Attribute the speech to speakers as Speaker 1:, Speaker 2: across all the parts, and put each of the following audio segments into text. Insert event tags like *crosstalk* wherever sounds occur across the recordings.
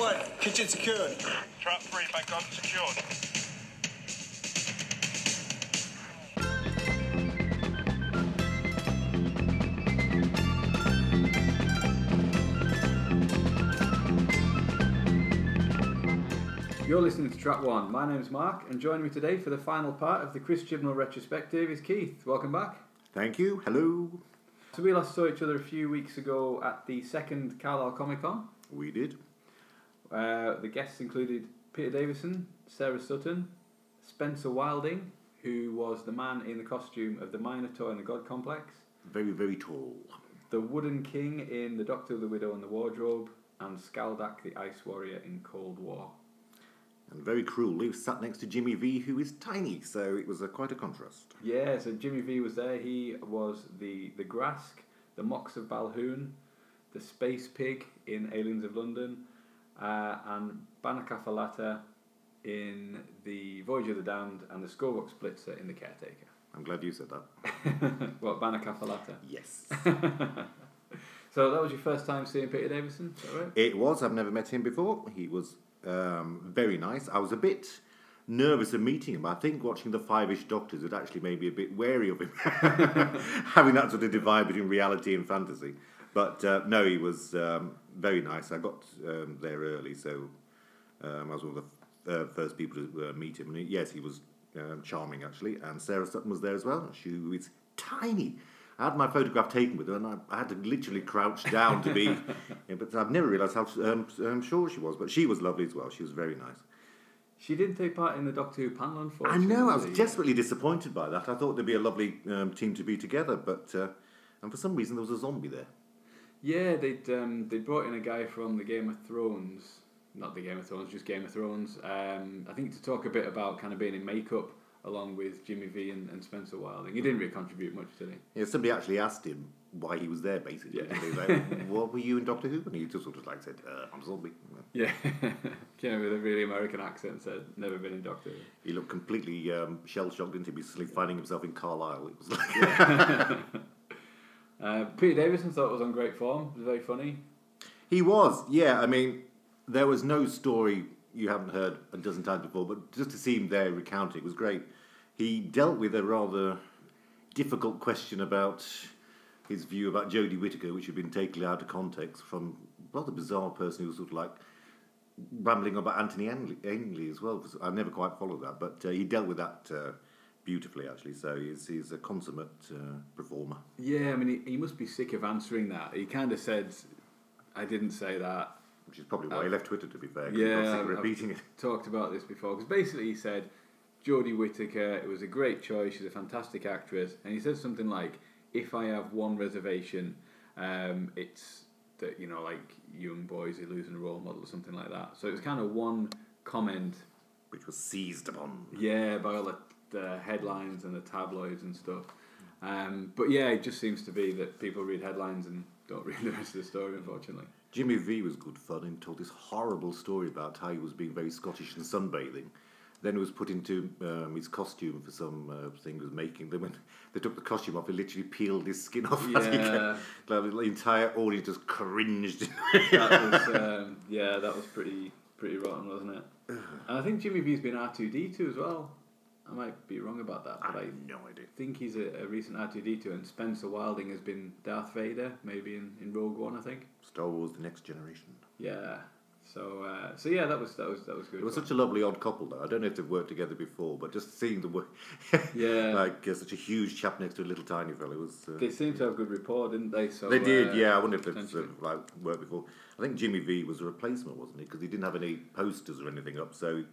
Speaker 1: Right, kitchen secured.
Speaker 2: Trap three, back on secured.
Speaker 3: You're listening to Trap One. My name's Mark, and joining me today for the final part of the Chris Chibnall retrospective is Keith. Welcome back.
Speaker 4: Thank you. Hello.
Speaker 3: So we last saw each other a few weeks ago at the second Carlisle Comic Con.
Speaker 4: We did.
Speaker 3: Uh, the guests included Peter Davison, Sarah Sutton, Spencer Wilding, who was the man in the costume of the Minotaur in the God Complex,
Speaker 4: Very, very tall.
Speaker 3: the Wooden King in The Doctor, the Widow, and the Wardrobe, and Skaldak the Ice Warrior in Cold War.
Speaker 4: And very cruel. He was sat next to Jimmy V, who is tiny, so it was a, quite a contrast.
Speaker 3: Yeah, so Jimmy V was there. He was the the Grask, the Mox of Balhoun, the Space Pig in Aliens of London, uh, and Banakafalata in the Voyage of the Damned, and the Scorebox Blitzer in the Caretaker.
Speaker 4: I'm glad you said that.
Speaker 3: well, Banakafalata.
Speaker 4: Yes.
Speaker 3: So that was your first time seeing Peter Davison, is that right?
Speaker 4: *laughs* it was. I've never met him before. He was um, very nice. I was a bit nervous of meeting him. I think watching the Five Ish Doctors had actually made me a bit wary of him, *laughs* having that sort of divide between reality and fantasy. But uh, no, he was um, very nice. I got um, there early, so um, I was one of the f- uh, first people to uh, meet him. And he, yes, he was um, charming actually. And Sarah Sutton was there as well. She was tiny. I had my photograph taken with her, and I, I had to literally crouch down to be. yeah, but I've never realised how um, um, short she was. But she was lovely as well. She was very nice.
Speaker 3: She did take part in the Doctor Who panel,
Speaker 4: I
Speaker 3: unfortunately.
Speaker 4: know. I was desperately disappointed by that. I thought there'd be a lovely um, team to be together, but uh, and for some reason there was a zombie there.
Speaker 3: Yeah, they'd um, they brought in a guy from the Game of Thrones, not the Game of Thrones, just Game of Thrones. Um, I think to talk a bit about kind of being in makeup along with Jimmy V and, and Spencer Wilding. He didn't really contribute much, did he?
Speaker 4: Yeah, somebody actually asked him why he was there, basically.
Speaker 3: Yeah.
Speaker 4: And he was like, "What were you in Doctor Who?" And he just sort of like said, uh, "I'm a zombie."
Speaker 3: *laughs* Yeah, yeah, with a really American accent. Said never been in Doctor. Who."
Speaker 4: He looked completely um, shell shocked into basically finding himself in Carlisle. It was like,
Speaker 3: Uh, Peter Davison thought it was on great form. It was very funny.
Speaker 4: He was, yeah. I mean, there was no story you haven't heard a dozen times before, but just to see him there recounting it was great. He dealt with a rather difficult question about his view about Jodie Whittaker, which had been taken out of context from a rather bizarre person who was sort of like rambling about Anthony Angley, Angley as well. 'cause I never quite followed that, but uh, he dealt with that uh, beautifully, actually. So he's, he's a consummate uh, performer.
Speaker 3: Yeah, I mean, he, he must be sick of answering that. He kind of said, "I didn't say that."
Speaker 4: Which is probably why he left Twitter, to be fair. 'cause he got
Speaker 3: Yeah,
Speaker 4: sick
Speaker 3: I've-
Speaker 4: of repeating it.
Speaker 3: I've Talked about this before because basically he said Jodie Whittaker. It was a great choice. She's a fantastic actress, and he said something like, "If I have one reservation, um, it's that you know, like young boys are losing a role model or something like that." So it was kind of one comment,
Speaker 4: which was seized upon.
Speaker 3: yeah, by all the, the headlines and the tabloids and stuff. Um, but yeah, it just seems to be that people read headlines and don't *laughs* read the rest of the story, unfortunately.
Speaker 4: Jimmy V was good fun and told this horrible story about how he was being very Scottish and sunbathing. Then he was put into um, his costume for some uh, thing he was making. Then when they took the costume off, he literally peeled his skin off. as he
Speaker 3: Yeah.
Speaker 4: came. Like, the entire audience just cringed. *laughs*
Speaker 3: that was um, yeah, that was pretty pretty rotten, wasn't it? And I think Jimmy V's been R two D two as well. I might be wrong about that,
Speaker 4: I
Speaker 3: but I
Speaker 4: have no idea.
Speaker 3: think he's a, a recent R two D two, and Spencer Wilding has been Darth Vader, maybe in, in Rogue One, I think.
Speaker 4: Star Wars: The Next Generation.
Speaker 3: Yeah. So uh, so yeah, that was that was that was good.
Speaker 4: It was such a lovely odd couple, though. I don't know if they've worked together before, but just seeing the *laughs* work,
Speaker 3: Yeah.
Speaker 4: like uh, such a huge chap next to a little tiny fellow was. Uh,
Speaker 3: they seem to have good rapport, didn't they? So
Speaker 4: They did,
Speaker 3: uh,
Speaker 4: yeah. I wonder if they've
Speaker 3: potentially.
Speaker 4: sort of, like worked before. I think Jimmy V was a replacement, wasn't he? Because he didn't have any posters or anything up, so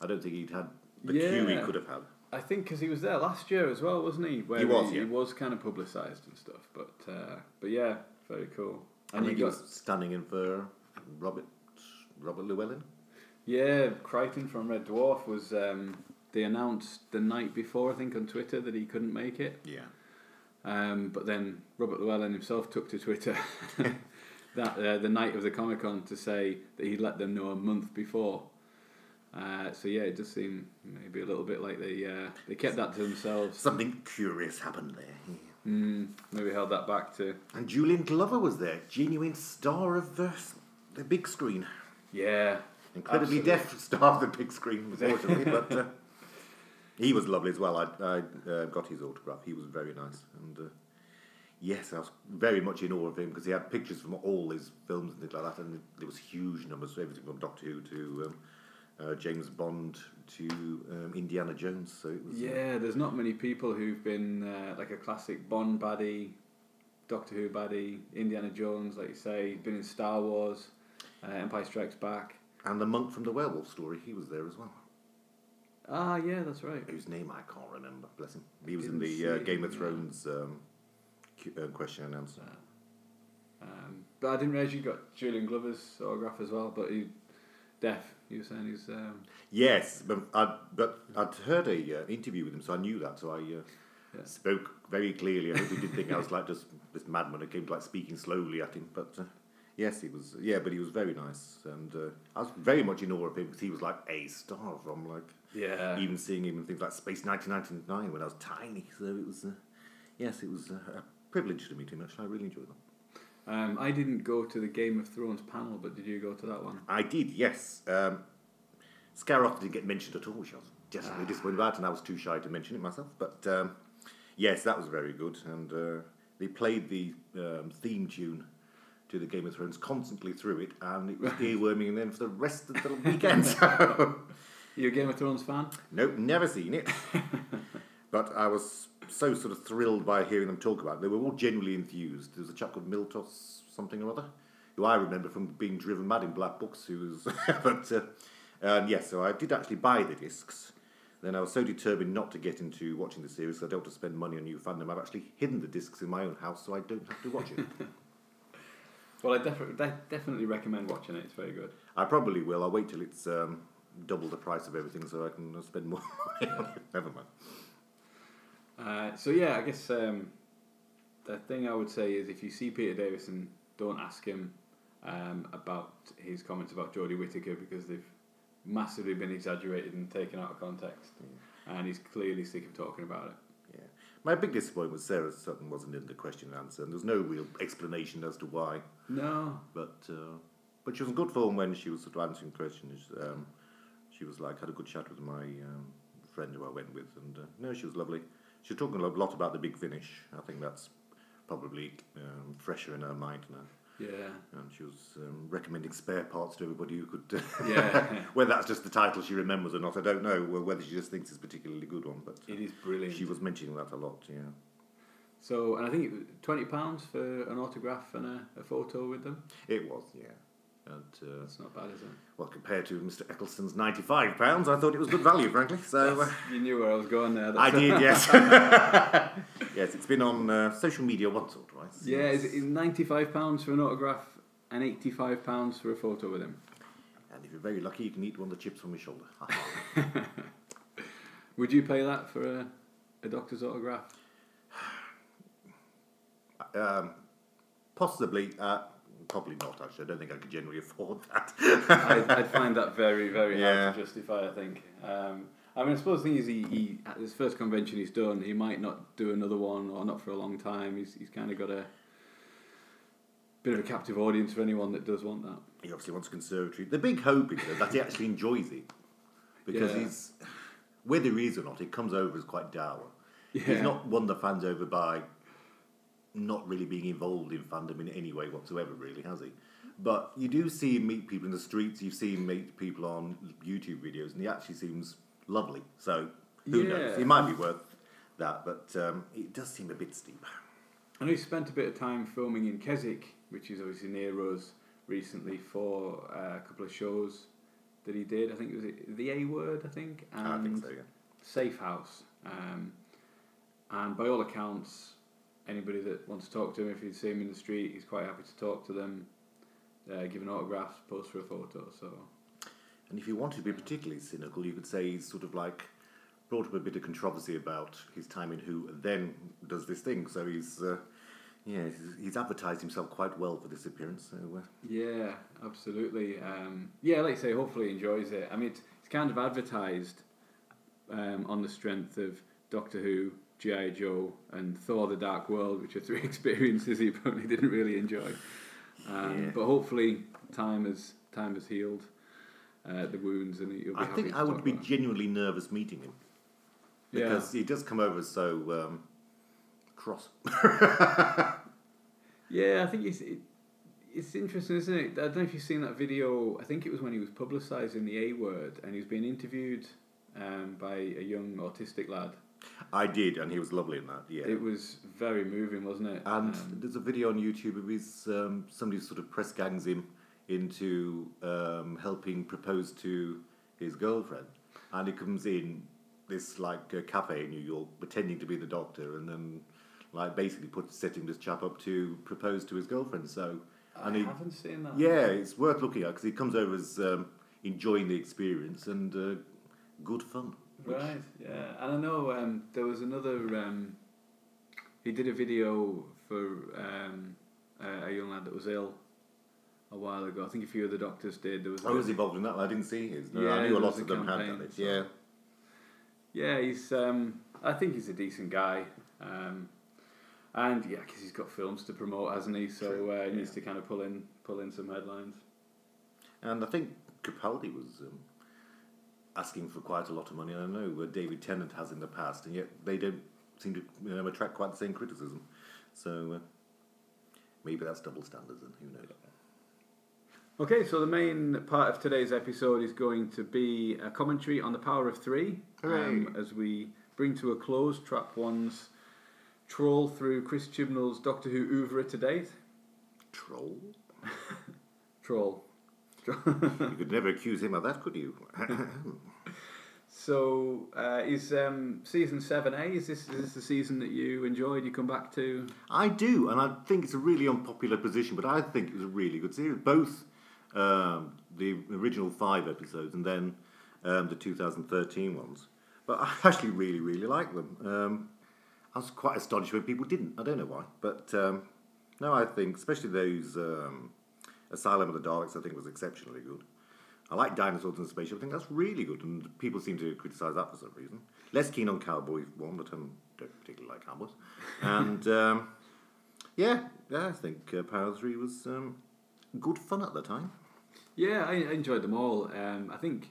Speaker 4: I don't think he'd had the cue he
Speaker 3: Yeah.
Speaker 4: could have had.
Speaker 3: I think because he was there last year as well, wasn't he? Where
Speaker 4: He was, yeah.
Speaker 3: he was kind of publicised and stuff, but uh, but yeah, very cool.
Speaker 4: I
Speaker 3: And
Speaker 4: think
Speaker 3: you
Speaker 4: he
Speaker 3: got
Speaker 4: was standing in for Robert Robert Llewellyn.
Speaker 3: Yeah, Crichton from Red Dwarf was. Um, they announced the night before, I think, on Twitter that he couldn't make it.
Speaker 4: Yeah,
Speaker 3: Um, but then Robert Llewellyn himself took to Twitter *laughs* that uh, the night of the Comic Con to say that he'd let them know a month before. Uh, so yeah, it does seem maybe a little bit like they uh, they kept that to themselves.
Speaker 4: something curious happened there. yeah.
Speaker 3: Maybe held that back to
Speaker 4: And Julian Glover was there, genuine star of the, the big screen.
Speaker 3: Yeah.
Speaker 4: Incredibly
Speaker 3: Absolutely.
Speaker 4: deaf star of the big screen, unfortunately, but uh, he was lovely as well. I, I uh, got his autograph. He was very nice, and uh, yes, I was very much in awe of him because he had pictures from all his films and things like that, and there was huge numbers, everything from Doctor Who to um, uh, James Bond to um, Indiana Jones. So it was uh,
Speaker 3: Yeah, there's not many people who've been uh, like a classic Bond baddie, Doctor Who baddie, Indiana Jones, like you say, been in Star Wars, uh, Empire Strikes Back.
Speaker 4: and the monk from the werewolf story. He was there as well.
Speaker 3: Ah, yeah, that's right.
Speaker 4: whose name I can't remember. Bless him. He was in
Speaker 3: Didn't
Speaker 4: the uh,
Speaker 3: see
Speaker 4: Game
Speaker 3: him,
Speaker 4: of
Speaker 3: yeah.
Speaker 4: Thrones um, Q- uh, question and answer.
Speaker 3: Um, but I didn't realise you got Julian Glover's autograph as well. But he, deaf. You were saying he's um,
Speaker 4: Yes, but I'd, but I'd heard a uh, interview with him, so I knew that. So I uh,
Speaker 3: Yeah.
Speaker 4: spoke very clearly. I hope he didn't think I was like just this madman who came to like speaking slowly at him. But uh, yes, he was. Yeah, but he was very nice, and uh, I was very much in awe of him because he was like a star from like
Speaker 3: yeah,
Speaker 4: even seeing him in things like Space 1999 when I was tiny. So it was. Uh, yes, it was uh, a privilege to meet him. Actually, I really enjoyed that.
Speaker 3: Um, I didn't go to the Game of Thrones panel, but did you go to that one?
Speaker 4: I did, yes. Um, Scaroth didn't get mentioned at all, which I was desperately disappointed about, and I was too shy to mention it myself. But um, yes, that was very good, and uh, they played the um, theme tune to the Game of Thrones constantly through it, and it was earworming, and then for the rest of the weekend. *laughs* So,
Speaker 3: You a Game of Thrones fan?
Speaker 4: nope, never seen it. *laughs* but I was so sort of thrilled by hearing them talk about it. They were all genuinely enthused. There was a chap called Miltos something or other, who I remember from being driven mad in Black Books, who was... *laughs* but, uh, um, yes, so I did actually buy the discs. Then I was so determined not to get into watching the series, 'cause I don't want to spend money on new fandom. I've actually hidden the discs in my own house, so I don't have to watch it.
Speaker 3: Well, I defi- de- definitely recommend watching it. It's very good.
Speaker 4: I probably will. I'll wait till it's um, double the price of everything so I can uh, spend more *laughs* money on it. Never mind.
Speaker 3: Uh, so yeah, I guess um, the thing I would say is if you see Peter Davison, don't ask him um, about his comments about Jodie Whittaker because they've massively been exaggerated and taken out of context, and he's clearly sick of talking about it.
Speaker 4: Yeah. My big disappointment was Sarah Sutton wasn't in the question and answer, and there was no real explanation as to why.
Speaker 3: No,
Speaker 4: But uh, but she was in good form when she was sort of answering questions. Um, she was like had a good chat with my um, friend who I went with, and uh, no, she was lovely. She was talking a lo- lot about the big finish. I think that's probably um, fresher in her mind now.
Speaker 3: yeah,
Speaker 4: And she was um, recommending spare parts to everybody who could. uh,
Speaker 3: Yeah.
Speaker 4: *laughs* whether that's just the title she remembers or not, I don't know. Well, whether she just thinks it's a particularly good one, but
Speaker 3: it is brilliant.
Speaker 4: she was mentioning that a lot. Yeah.
Speaker 3: So, and I think it was twenty pounds for an autograph and a, a photo with them.
Speaker 4: It was, yeah. And uh,
Speaker 3: That's not bad, is it?
Speaker 4: well, compared to Mr. Eccleston's ninety-five pounds, I thought it was good value, frankly. So uh,
Speaker 3: You knew where I was going there.
Speaker 4: I
Speaker 3: that's-
Speaker 4: did,
Speaker 3: *laughs*
Speaker 4: yes, yes. It's been on uh, social media once or twice.
Speaker 3: Yeah, is is ninety-five pounds for an autograph and eighty-five pounds for a photo with him.
Speaker 4: and if you're very lucky, you can eat one of the chips from his shoulder. *laughs*
Speaker 3: Would you pay that for a, a doctor's autograph?
Speaker 4: um, possibly, uh, probably not. Actually, I don't think I could generally *laughs* afford that.
Speaker 3: I'd, I'd find that very, very
Speaker 4: Yeah.
Speaker 3: hard to justify. I think. Um, I mean, I suppose the thing is, he, he at his first convention he's done, he might not do another one or not for a long time. He's he's kind of got a bit of a captive audience for anyone that does want that.
Speaker 4: he obviously wants a conservatory. The big hope is though, that he actually enjoys it because
Speaker 3: Yeah.
Speaker 4: he's whether he is or not, it comes over as quite dour.
Speaker 3: Yeah.
Speaker 4: He's not won the fans over by not really being involved in fandom in any way whatsoever, really, has he? But you do see him meet people in the streets. You see him meet people on YouTube videos, and he actually seems lovely. So who knows?
Speaker 3: Yeah.
Speaker 4: It might be worth that, but um, it does seem a bit steep.
Speaker 3: I know you spent a bit of time filming in Keswick, which is obviously near us, recently for uh, a couple of shows that he did. I think it was the A Word, I think, and
Speaker 4: I think so. Yeah.
Speaker 3: Safe House. Um, and by all accounts, anybody that wants to talk to him, if you see him in the street, he's quite happy to talk to them, uh, give an autograph, post for a photo. So
Speaker 4: And if you wanted to be particularly cynical, you could say he's sort of like brought up a bit of controversy about his time in Who, and then does this thing. So he's, uh, yeah, he's, he's advertised himself quite well for this appearance. So uh,
Speaker 3: Yeah, absolutely. Um, yeah, like you say, hopefully he enjoys it. I mean, it's, it's kind of advertised um, on the strength of Doctor Who, G.I. Joe, and Thor the Dark World, which are three *laughs* experiences he probably didn't really enjoy. Um,
Speaker 4: Yeah.
Speaker 3: But hopefully, time has time has healed uh, the wounds, and you'll be
Speaker 4: I
Speaker 3: happy
Speaker 4: think
Speaker 3: to
Speaker 4: I would
Speaker 3: talk
Speaker 4: be
Speaker 3: about it.
Speaker 4: genuinely nervous meeting him because he does come over so um, cross.
Speaker 3: Yeah, I think it's it, it's interesting, isn't it? I don't know if you've seen that video. I think it was when he was publicising the A word, and he was being interviewed um, by a young autistic lad.
Speaker 4: I did, and he was lovely in that. Yeah.
Speaker 3: It was very moving, wasn't it?
Speaker 4: and
Speaker 3: Um,
Speaker 4: there's a video on YouTube of his um, somebody sort of press gangs him into um, helping propose to his girlfriend, and he comes in this like uh, cafe in New York pretending to be the doctor, and then like basically put setting this chap up to propose to his girlfriend. So and
Speaker 3: I
Speaker 4: he
Speaker 3: haven't seen that.
Speaker 4: Yeah, it's worth looking at because he comes over as um, enjoying the experience and uh, good fun. which-
Speaker 3: Right, yeah. And I know um, there was another. Um, he did a video for um, a, a young lad that was ill a while ago. I think a few of the doctors did. There was. a
Speaker 4: I
Speaker 3: bit-
Speaker 4: Oh, was involved in that. I didn't see his. No,
Speaker 3: Yeah,
Speaker 4: I
Speaker 3: there
Speaker 4: knew a
Speaker 3: was
Speaker 4: lot
Speaker 3: a
Speaker 4: of them had
Speaker 3: campaign,
Speaker 4: done it.
Speaker 3: so-
Speaker 4: Yeah,
Speaker 3: Yeah, he's. Um, I think he's a decent guy, um, and yeah, because he's got films to promote, hasn't he? So
Speaker 4: True,
Speaker 3: uh, he
Speaker 4: yeah.
Speaker 3: needs to kind of pull in, pull in some headlines.
Speaker 4: and I think Capaldi was um, asking for quite a lot of money. I know uh, David Tennant has in the past, and yet they don't seem to um, attract quite the same criticism. So uh, maybe that's double standards, and who knows?
Speaker 3: Okay, so the main part of today's episode is going to be a commentary on the power of three um,
Speaker 4: Hooray.
Speaker 3: as we bring to a close Trap One's trawl through Chris Chibnall's Doctor Who oeuvre to date.
Speaker 4: Troll.
Speaker 3: Troll.
Speaker 4: you could never accuse him of that, could you?
Speaker 3: So uh, is um, season seven A? Is this is this the season that you enjoyed? You come back to?
Speaker 4: I do, and I think it's a really unpopular position, but I think it was a really good series. Both um, the original five episodes and then um, the 2013 ones. But I *laughs* actually really, really like them. Um, I was quite astonished when people didn't. I don't know why, but um, no, I think especially those um, Asylum of the Daleks. I think was exceptionally good. I like Dinosaurs and Spaceship. I think that's really good, and people seem to criticise that for some reason. Less keen on Cowboys one, but I don't particularly like Cowboys. And um, yeah, yeah, I think uh, Power Three was um, good fun at the time.
Speaker 3: Yeah, I, I enjoyed them all. Um, I think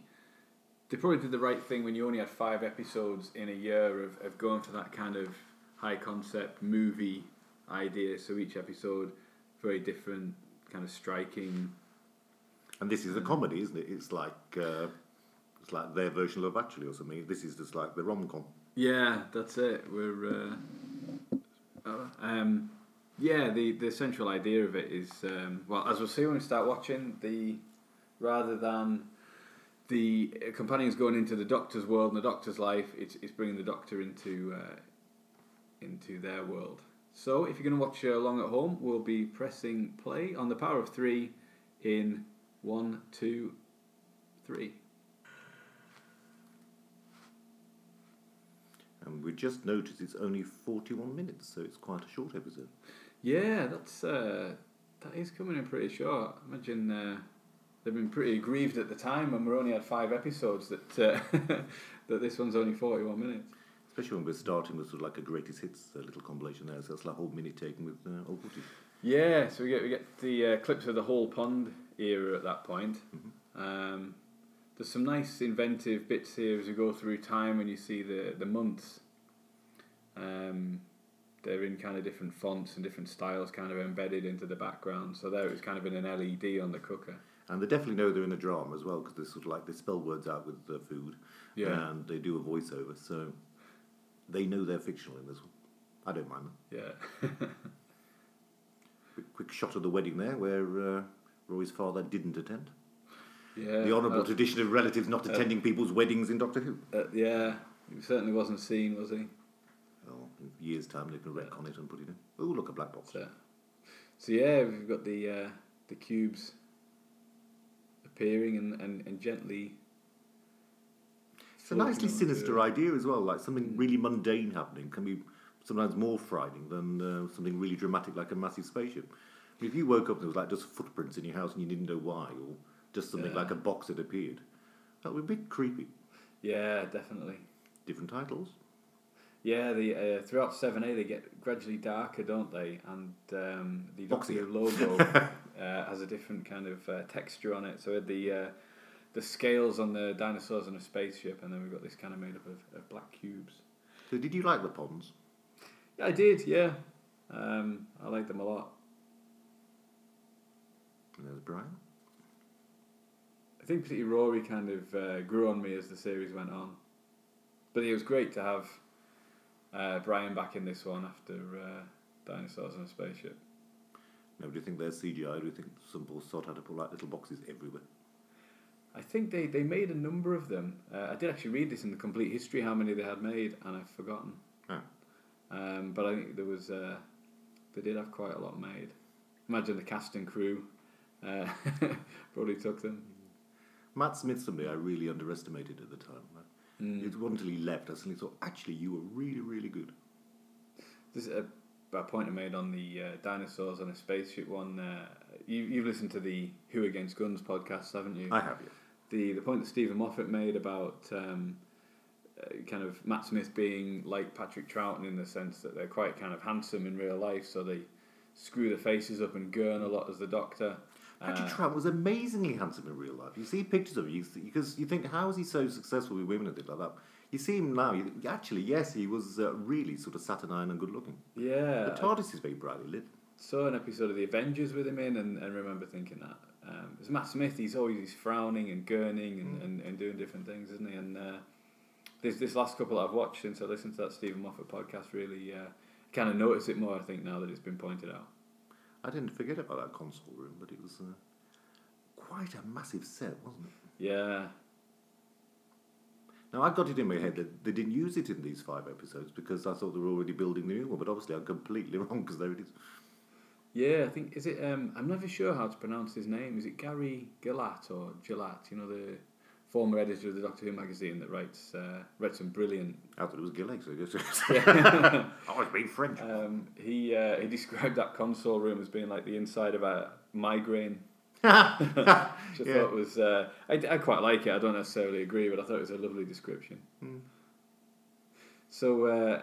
Speaker 3: they probably did the right thing when you only had five episodes in a year of, of going for that kind of high concept movie idea. So each episode, very different, kind of striking.
Speaker 4: And this is a comedy, isn't it? It's like uh, it's like their version of Love Actually or something. This is just like the rom com.
Speaker 3: Yeah, that's it. We're. Uh, uh, um, yeah, the, the central idea of it is um, well, as we'll see when we start watching the rather than the uh, companions going into the doctor's world and the doctor's life, it's it's bringing the doctor into uh, into their world. So if you're going to watch along at home, we'll be pressing play on the power of three in one, two, three.
Speaker 4: And we just noticed it's only 41 minutes, so it's quite a short episode.
Speaker 3: Yeah, that's uh, that is coming in pretty short. I imagine uh, they've been pretty aggrieved at the time when we only had five episodes that uh, *laughs* that this one's only forty one minutes.
Speaker 4: Especially when we're starting with sort of like a greatest hits uh, little compilation there, so it's like a whole minute taken with uh, old footage.
Speaker 3: Yeah, so we get we get the uh, clips of the whole pond era at that point. Um, there's some nice inventive bits here as we go through time when you see the the months. Um, they're in kind of different fonts and different styles, kind of embedded into the background. So there it was kind of in an LED on the cooker.
Speaker 4: And they definitely know they're in a drama as well because they sort of like they spell words out with the food,
Speaker 3: Yeah.
Speaker 4: and they do a voiceover, so they know they're fictional in this one. I don't mind them.
Speaker 3: Yeah.
Speaker 4: Quick, quick shot of the wedding there, where uh, Roy's father didn't attend.
Speaker 3: Yeah,
Speaker 4: the honourable
Speaker 3: uh,
Speaker 4: tradition of relatives not attending people's weddings in Doctor Who.
Speaker 3: uh, yeah, he certainly wasn't seen, was he?
Speaker 4: Oh, in years' time they can wreck on it and put it in. Oh, look, a black box.
Speaker 3: So, so yeah, we've got the uh, the cubes appearing and, and, and gently.
Speaker 4: It's a nicely
Speaker 3: floating onto-
Speaker 4: sinister idea as well, like something
Speaker 3: Mm.
Speaker 4: really mundane happening can be sometimes more frightening than uh, something really dramatic like a massive spaceship. I mean, if you woke up and there was like just footprints in your house and you didn't know why, or just something
Speaker 3: Yeah.
Speaker 4: like a box that appeared, that would be a bit creepy.
Speaker 3: Yeah, definitely.
Speaker 4: Different titles.
Speaker 3: Yeah, the uh, throughout seven A they get gradually darker, don't they? And um, the
Speaker 4: Boxier. *laughs*
Speaker 3: Doctor Who logo uh, has a different kind of uh, texture on it. So we had the uh, the scales on the dinosaurs on a spaceship, and then we've got this kind of made up of, of black cubes.
Speaker 4: So did you like the ponds?
Speaker 3: Yeah, I did. Yeah, um, I liked them a lot.
Speaker 4: And there's Brian.
Speaker 3: I think particularly Rory kind of uh, grew on me as the series went on. But it was great to have uh, Brian back in this one after uh, Dinosaurs on a Spaceship.
Speaker 4: Now, do you think they're CGI? Do you think simple sort out to put like little boxes everywhere?
Speaker 3: I think they, they made a number of them. Uh, I did actually read this in the complete history how many they had made, and I've forgotten.
Speaker 4: Oh.
Speaker 3: Um, but I think there was uh, they did have quite a lot made. Imagine the cast and crew uh, *laughs* probably took them.
Speaker 4: Matt Smith, somebody I really underestimated at the time. It wasn't until he left I suddenly thought, actually, you were really, really good.
Speaker 3: This is a, a point I made on the uh, dinosaurs on a spaceship one. Uh, you, you've listened to the Who Against Guns podcast, haven't you?
Speaker 4: I have you.
Speaker 3: the the point that Stephen Moffat made about um, uh, kind of Matt Smith being like Patrick Troughton in the sense that they're quite kind of handsome in real life, so they screw their faces up and gurn a lot as the Doctor. Uh,
Speaker 4: Patrick Trout was amazingly handsome in real life. You see pictures of him because you think, how is he so successful with women and things like that? You see him now. You think, actually, yes, he was uh, really sort of saturnine and good looking.
Speaker 3: Yeah,
Speaker 4: The TARDIS is very brightly lit.
Speaker 3: saw an episode of the Avengers with him in, and, and remember thinking that um, it's Matt Smith. He's always he's frowning and gurning and, and, and doing different things, isn't he? And uh, this this last couple that I've watched since I listened to that Stephen Moffat podcast, really uh, kind of notice it more. I think now that it's been pointed out.
Speaker 4: I didn't forget about that console room, but it was uh, quite a massive set, wasn't it?
Speaker 3: Yeah,
Speaker 4: Now I got it in my head that they didn't use it in these five episodes because I thought they were already building the new one, but obviously I'm completely *laughs* wrong because there it is.
Speaker 3: yeah. I think is it. Um, I'm never sure how to pronounce his name. Is it Gary Gillat or Gillat? You know the former editor of the Doctor Who magazine that writes uh, read some brilliant
Speaker 4: I thought it was Gilleg, so I guess. *laughs*
Speaker 3: Yeah.
Speaker 4: I was being Oh, French.
Speaker 3: Um, he uh, he *laughs* described that console room as being like the inside of a migraine. Which I
Speaker 4: Yeah.
Speaker 3: thought was uh, I, I quite like it. I don't necessarily agree, but I thought it was a lovely description. So uh,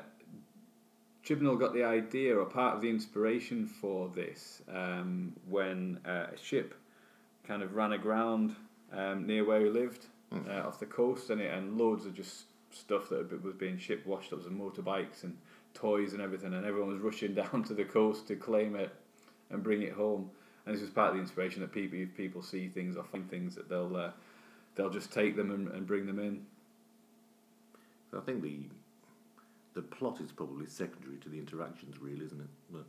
Speaker 3: Chibnall got the idea or part of the inspiration for this um, when uh, a ship kind of ran aground um, near where he lived uh, off the coast, and it and loads of just stuff that had- was being shipped, washed up, and motorbikes and toys and everything, and everyone was rushing *laughs* down to the coast to claim it and bring it home. And this was part of the inspiration that people if people see things or find things that they'll uh, they'll just take them and, and bring them in.
Speaker 4: So I think the the plot is probably secondary to the interactions, really, isn't it? But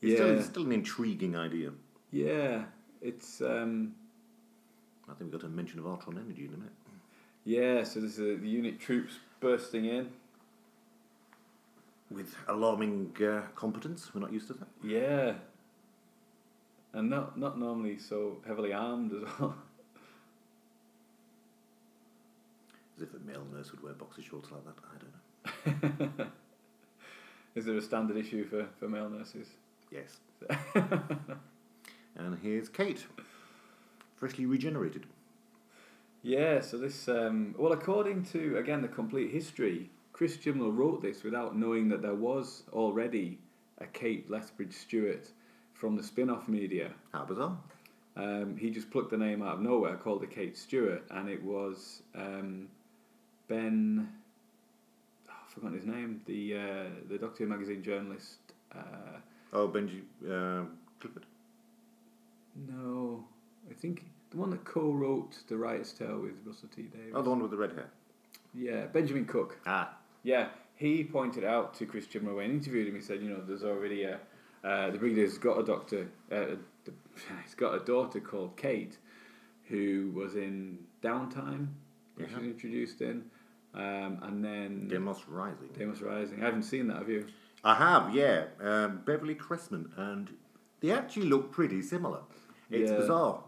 Speaker 4: it's, still,
Speaker 3: Yeah.
Speaker 4: it's still an intriguing idea.
Speaker 3: Yeah, it's. Um,
Speaker 4: I think we've got a mention of Artron Energy in a minute.
Speaker 3: Yeah, so this is the unit troops bursting in.
Speaker 4: With alarming uh, competence, we're not used to that.
Speaker 3: Yeah. And not not normally so heavily armed as well. *laughs*
Speaker 4: As if a male nurse would wear boxer shorts like that. I don't know.
Speaker 3: is there a standard issue for, for male nurses?
Speaker 4: Yes. *laughs* and here's Kate, freshly regenerated.
Speaker 3: Yeah, so this um, well according to again the complete history, Chris Chibnall wrote this without knowing that there was already a Kate Lethbridge Stewart from the spin-off media.
Speaker 4: How bizarre.
Speaker 3: Um, he just plucked the name out of nowhere, called her Kate Stewart, and it was um, Ben. oh, I've forgotten his name. The uh, the Doctor Who magazine journalist. Uh,
Speaker 4: Oh, Benji uh, Clifford.
Speaker 3: no, I think the one that co-wrote The Writer's Tale with Russell T Davies.
Speaker 4: Oh, the one with the red hair.
Speaker 3: Yeah, Benjamin Cook.
Speaker 4: Ah,
Speaker 3: Yeah, he pointed out to Chris Chibnall when he interviewed him. He said, you know, there's already a uh, the Brigadier's got a doctor. Uh, the, *laughs* he's got a daughter called Kate, who was in Downtime, which
Speaker 4: Yeah.
Speaker 3: was introduced in, um, and then
Speaker 4: Demos Rising.
Speaker 3: Deimos Rising. I haven't seen that. Have you?
Speaker 4: I have, yeah. Um, Beverly Cressman, and they actually look pretty similar. It's
Speaker 3: Yeah.
Speaker 4: bizarre.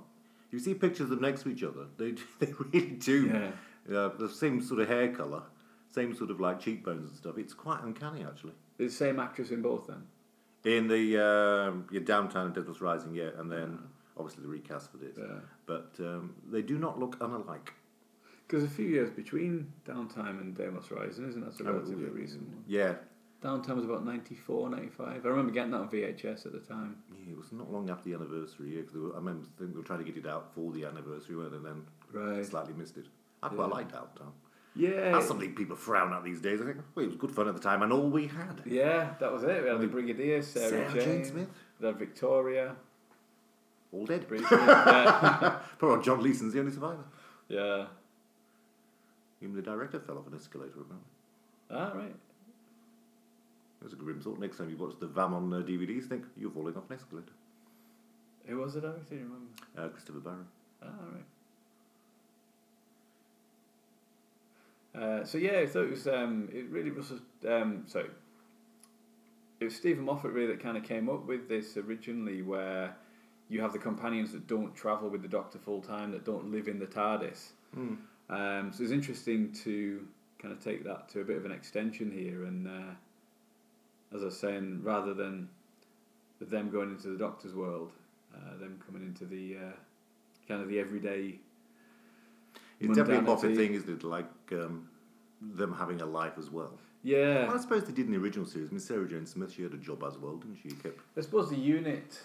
Speaker 4: You see pictures of them next to each other. They d- *laughs* they really do. Uh, the same sort of hair color, same sort of like cheekbones and stuff. It's quite uncanny actually.
Speaker 3: The same actress in both. Then
Speaker 4: In the um, your downtown and Deadless Rising, yeah, and then obviously the recast for this.
Speaker 3: Yeah.
Speaker 4: But um, they do not look unalike.
Speaker 3: because a few years between Downtime and Deimos Rising, isn't that a
Speaker 4: Oh,
Speaker 3: relatively
Speaker 4: yeah.
Speaker 3: recent one?
Speaker 4: Yeah,
Speaker 3: Downtown was about 94, 95. I remember getting that on VHS at the time.
Speaker 4: Yeah, it was not long after the anniversary year because I remember think they were trying to get it out for the anniversary, weren't they? And then
Speaker 3: Right.
Speaker 4: slightly missed it. I
Speaker 3: Yeah.
Speaker 4: quite liked Outtown.
Speaker 3: Yeah.
Speaker 4: That's something people frown at these days. I think, well, it was good fun at the time and all we had.
Speaker 3: Yeah, that was it. We had the Brigadier, Sarah,
Speaker 4: Sarah
Speaker 3: Jane,
Speaker 4: Jane Smith.
Speaker 3: We had Victoria.
Speaker 4: All dead.
Speaker 3: *laughs* briefly. yeah.
Speaker 4: Poor old John Leeson's the only survivor.
Speaker 3: yeah.
Speaker 4: Even the director fell off an escalator, apparently.
Speaker 3: Ah, right.
Speaker 4: It was a grim thought. Next time you watch the VAM on uh, DVDs, think, you're falling off an escalator.
Speaker 3: Who was it? I don't remember.
Speaker 4: Uh, Christopher Barry.
Speaker 3: Ah, right. Uh, so yeah, I thought it was um, it really was um, so it was Stephen Moffat really that kind of came up with this originally, where you have the companions that don't travel with the Doctor full time, that don't live in the TARDIS. Um, so it's interesting to kind of take that to a bit of an extension here, and uh, as I was saying, rather than them going into the Doctor's world, uh, them coming into the uh, kind of the everyday.
Speaker 4: It's definitely a Moffat
Speaker 3: Mundanity.
Speaker 4: thing, isn't it? Like um, them having a life as well. Well,
Speaker 3: Yeah,
Speaker 4: I suppose they did in the original series. Miss Sarah Jane Smith, she had a job as well, didn't she? She kept-
Speaker 3: I suppose the unit,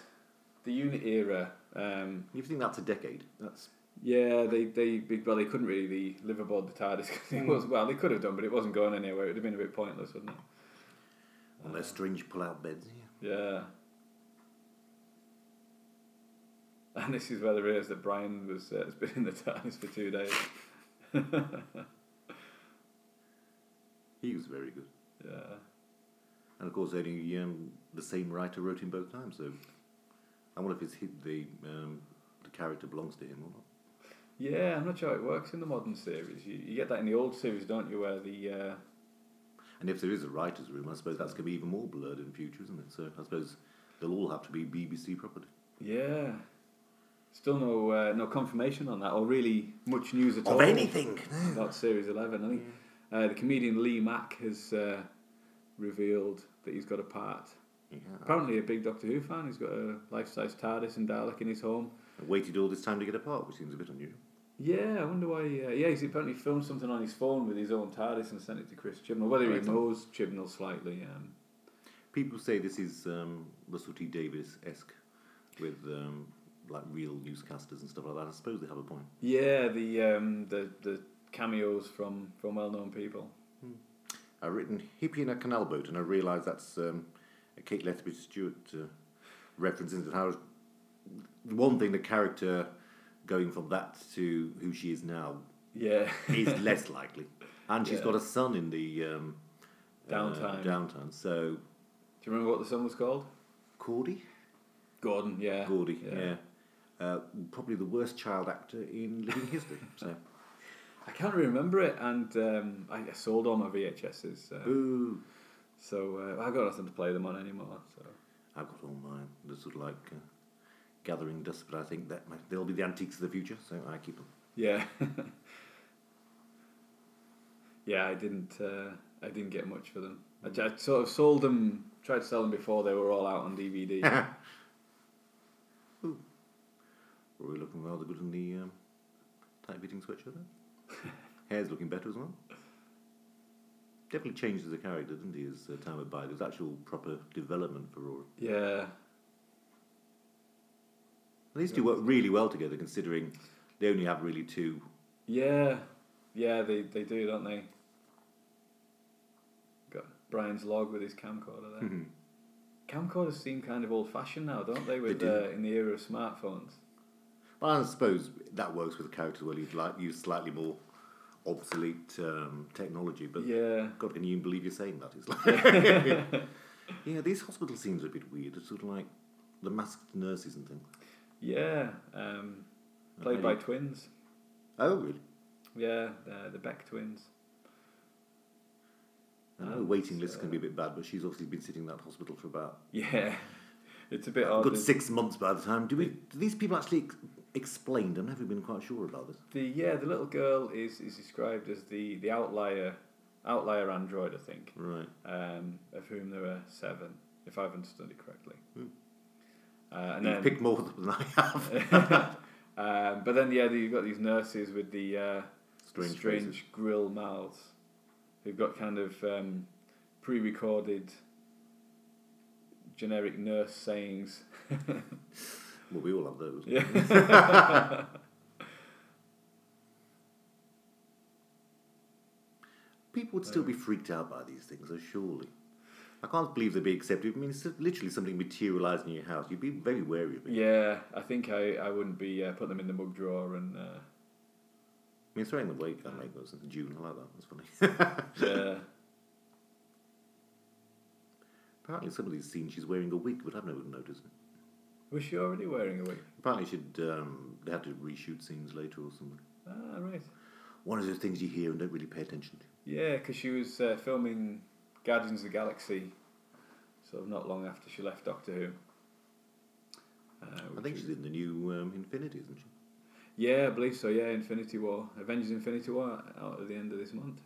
Speaker 3: the unit era. Um,
Speaker 4: If you think that's a decade, that's
Speaker 3: yeah, they they well they couldn't really live aboard the TARDIS *laughs* 'cause it was well they could have done, but it wasn't going anywhere. It would have been a bit pointless, wouldn't it?
Speaker 4: on their strange pull-out beds. uh, Yeah.
Speaker 3: Yeah. And this is where they realised that Brian was uh, has been in the TARDIS for two days.
Speaker 4: He was very good.
Speaker 3: Yeah.
Speaker 4: And of course, only um, the same writer wrote him both times. So I wonder if it's hit the um, the character belongs to him or not.
Speaker 3: Yeah, I'm not sure how it works in the modern series. You, you get that in the old series, don't you? Where the uh,
Speaker 4: And if there is a writers' room, I suppose that's going to be even more blurred in future, isn't it? So I suppose they'll all have to be BBC property.
Speaker 3: yeah, still no uh, no confirmation on that, or really much news at all about series eleven. I think uh, the comedian Lee Mack has uh, revealed that he's got a part.
Speaker 4: Yeah.
Speaker 3: Apparently, a big Doctor Who fan. He's got a life-size TARDIS and Dalek in his home.
Speaker 4: I waited all this time to get a part, which seems a bit unusual.
Speaker 3: Yeah, I wonder why. Uh, yeah, he's apparently filmed something on his phone with his own TARDIS and sent it to Chris Chibnall. Whether he
Speaker 4: Right.
Speaker 3: knows Chibnall slightly, um,
Speaker 4: People say this is um, Russell T Davis esque with um, like real newscasters and stuff like that. I suppose they have a point.
Speaker 3: yeah, the um, the the cameos from from well-known people.
Speaker 4: I've written hippie in a canal boat, and I realise that's um, a Kate Lethbridge Stewart uh, reference. And how one thing the character going from that to who she is now
Speaker 3: Yeah, *laughs*
Speaker 4: is less likely, and she's
Speaker 3: Yeah.
Speaker 4: got a son in the um, uh,
Speaker 3: Downtime.
Speaker 4: downtime. So
Speaker 3: Do you remember what the song was called?
Speaker 4: Cordy,
Speaker 3: Gordon, yeah.
Speaker 4: Gordy,
Speaker 3: Yeah.
Speaker 4: yeah, Uh, probably the worst child actor in living history. So
Speaker 3: I can't remember it, and um, I, I sold all my VHSs, uh,
Speaker 4: boo.
Speaker 3: so uh, I got nothing to play them on anymore. So
Speaker 4: I've got all mine. They're sort of like uh, gathering dust, but I think that might, they'll be the antiques of the future. So I keep them.
Speaker 3: yeah, *laughs* yeah, I didn't, uh, I didn't get much for them.
Speaker 4: Mm.
Speaker 3: I, j- I sort of sold them, tried to sell them before they were all out
Speaker 4: *laughs*
Speaker 3: on DVD.
Speaker 4: Rory looking rather good in the um, tight fitting sweatshirt. there. Hair's looking better as well. Definitely changed as a character, didn't he? As uh, time went by, there was actual proper development for Rory.
Speaker 3: yeah,
Speaker 4: And these two work really well together, considering they only have really two.
Speaker 3: yeah, yeah, they they do, don't they? Got Brian's log with his camcorder there.
Speaker 4: Mm-hmm.
Speaker 3: Camcorders seem kind of old-fashioned now, don't they? With
Speaker 4: do.
Speaker 3: Uh, in the era of smartphones.
Speaker 4: Well, I suppose that works with the characters well. You'd like use slightly more obsolete um, technology, but
Speaker 3: Yeah.
Speaker 4: God, can you even believe you're saying that? It's *laughs* like, yeah, these hospital scenes are a bit weird. It's sort of like the masked nurses and things.
Speaker 3: Yeah, um, played by
Speaker 4: Really?
Speaker 3: twins.
Speaker 4: Oh, really?
Speaker 3: Yeah, uh, the Beck twins.
Speaker 4: I know waiting lists can be a bit bad, but she's obviously been sitting in that hospital for about
Speaker 3: Yeah, it's a bit
Speaker 4: a
Speaker 3: odd.
Speaker 4: Oh, good six months by the time. Do we? Do these people actually ex- explained? I've never been quite sure about this.
Speaker 3: The yeah, the little girl is, is described as the, the outlier outlier android, I think,
Speaker 4: Right.
Speaker 3: um, of whom there are seven, if I've understood it correctly.
Speaker 4: Hmm.
Speaker 3: Uh, and
Speaker 4: And You've
Speaker 3: then,
Speaker 4: picked more *laughs* than I have. *laughs*
Speaker 3: um, but then yeah, you've got these nurses with the uh,
Speaker 4: Strange
Speaker 3: strange grill mouths. Who've got kind of um, pre-recorded generic nurse sayings.
Speaker 4: Well, we all have those.
Speaker 3: yeah.
Speaker 4: *laughs* People would still be freaked out by these things, though, surely. I can't believe they'd be accepted. I mean, it's literally something materialised in your house. You'd be very wary of it.
Speaker 3: yeah, I think I, I wouldn't be uh, putting them in the mug drawer and
Speaker 4: *laughs*
Speaker 3: uh,
Speaker 4: I mean, throwing them away can't make no sense. June, I like that. That's funny. *laughs*
Speaker 3: yeah.
Speaker 4: Apparently, some of these scenes she's wearing a wig, but I've never noticed. it.
Speaker 3: Was she already wearing a wig?
Speaker 4: Apparently, she'd um, they had to reshoot scenes later or something.
Speaker 3: Ah, right.
Speaker 4: One of those things you hear and don't really pay attention to.
Speaker 3: Yeah, because she was uh, filming Guardians of the Galaxy, sort of not long after she left Doctor Who.
Speaker 4: I
Speaker 3: Uh, which
Speaker 4: think
Speaker 3: was-
Speaker 4: she's in the new um, Infinity, isn't she?
Speaker 3: Yeah, I believe so. Yeah, Infinity War, Avengers: Infinity War, out at the end of this month.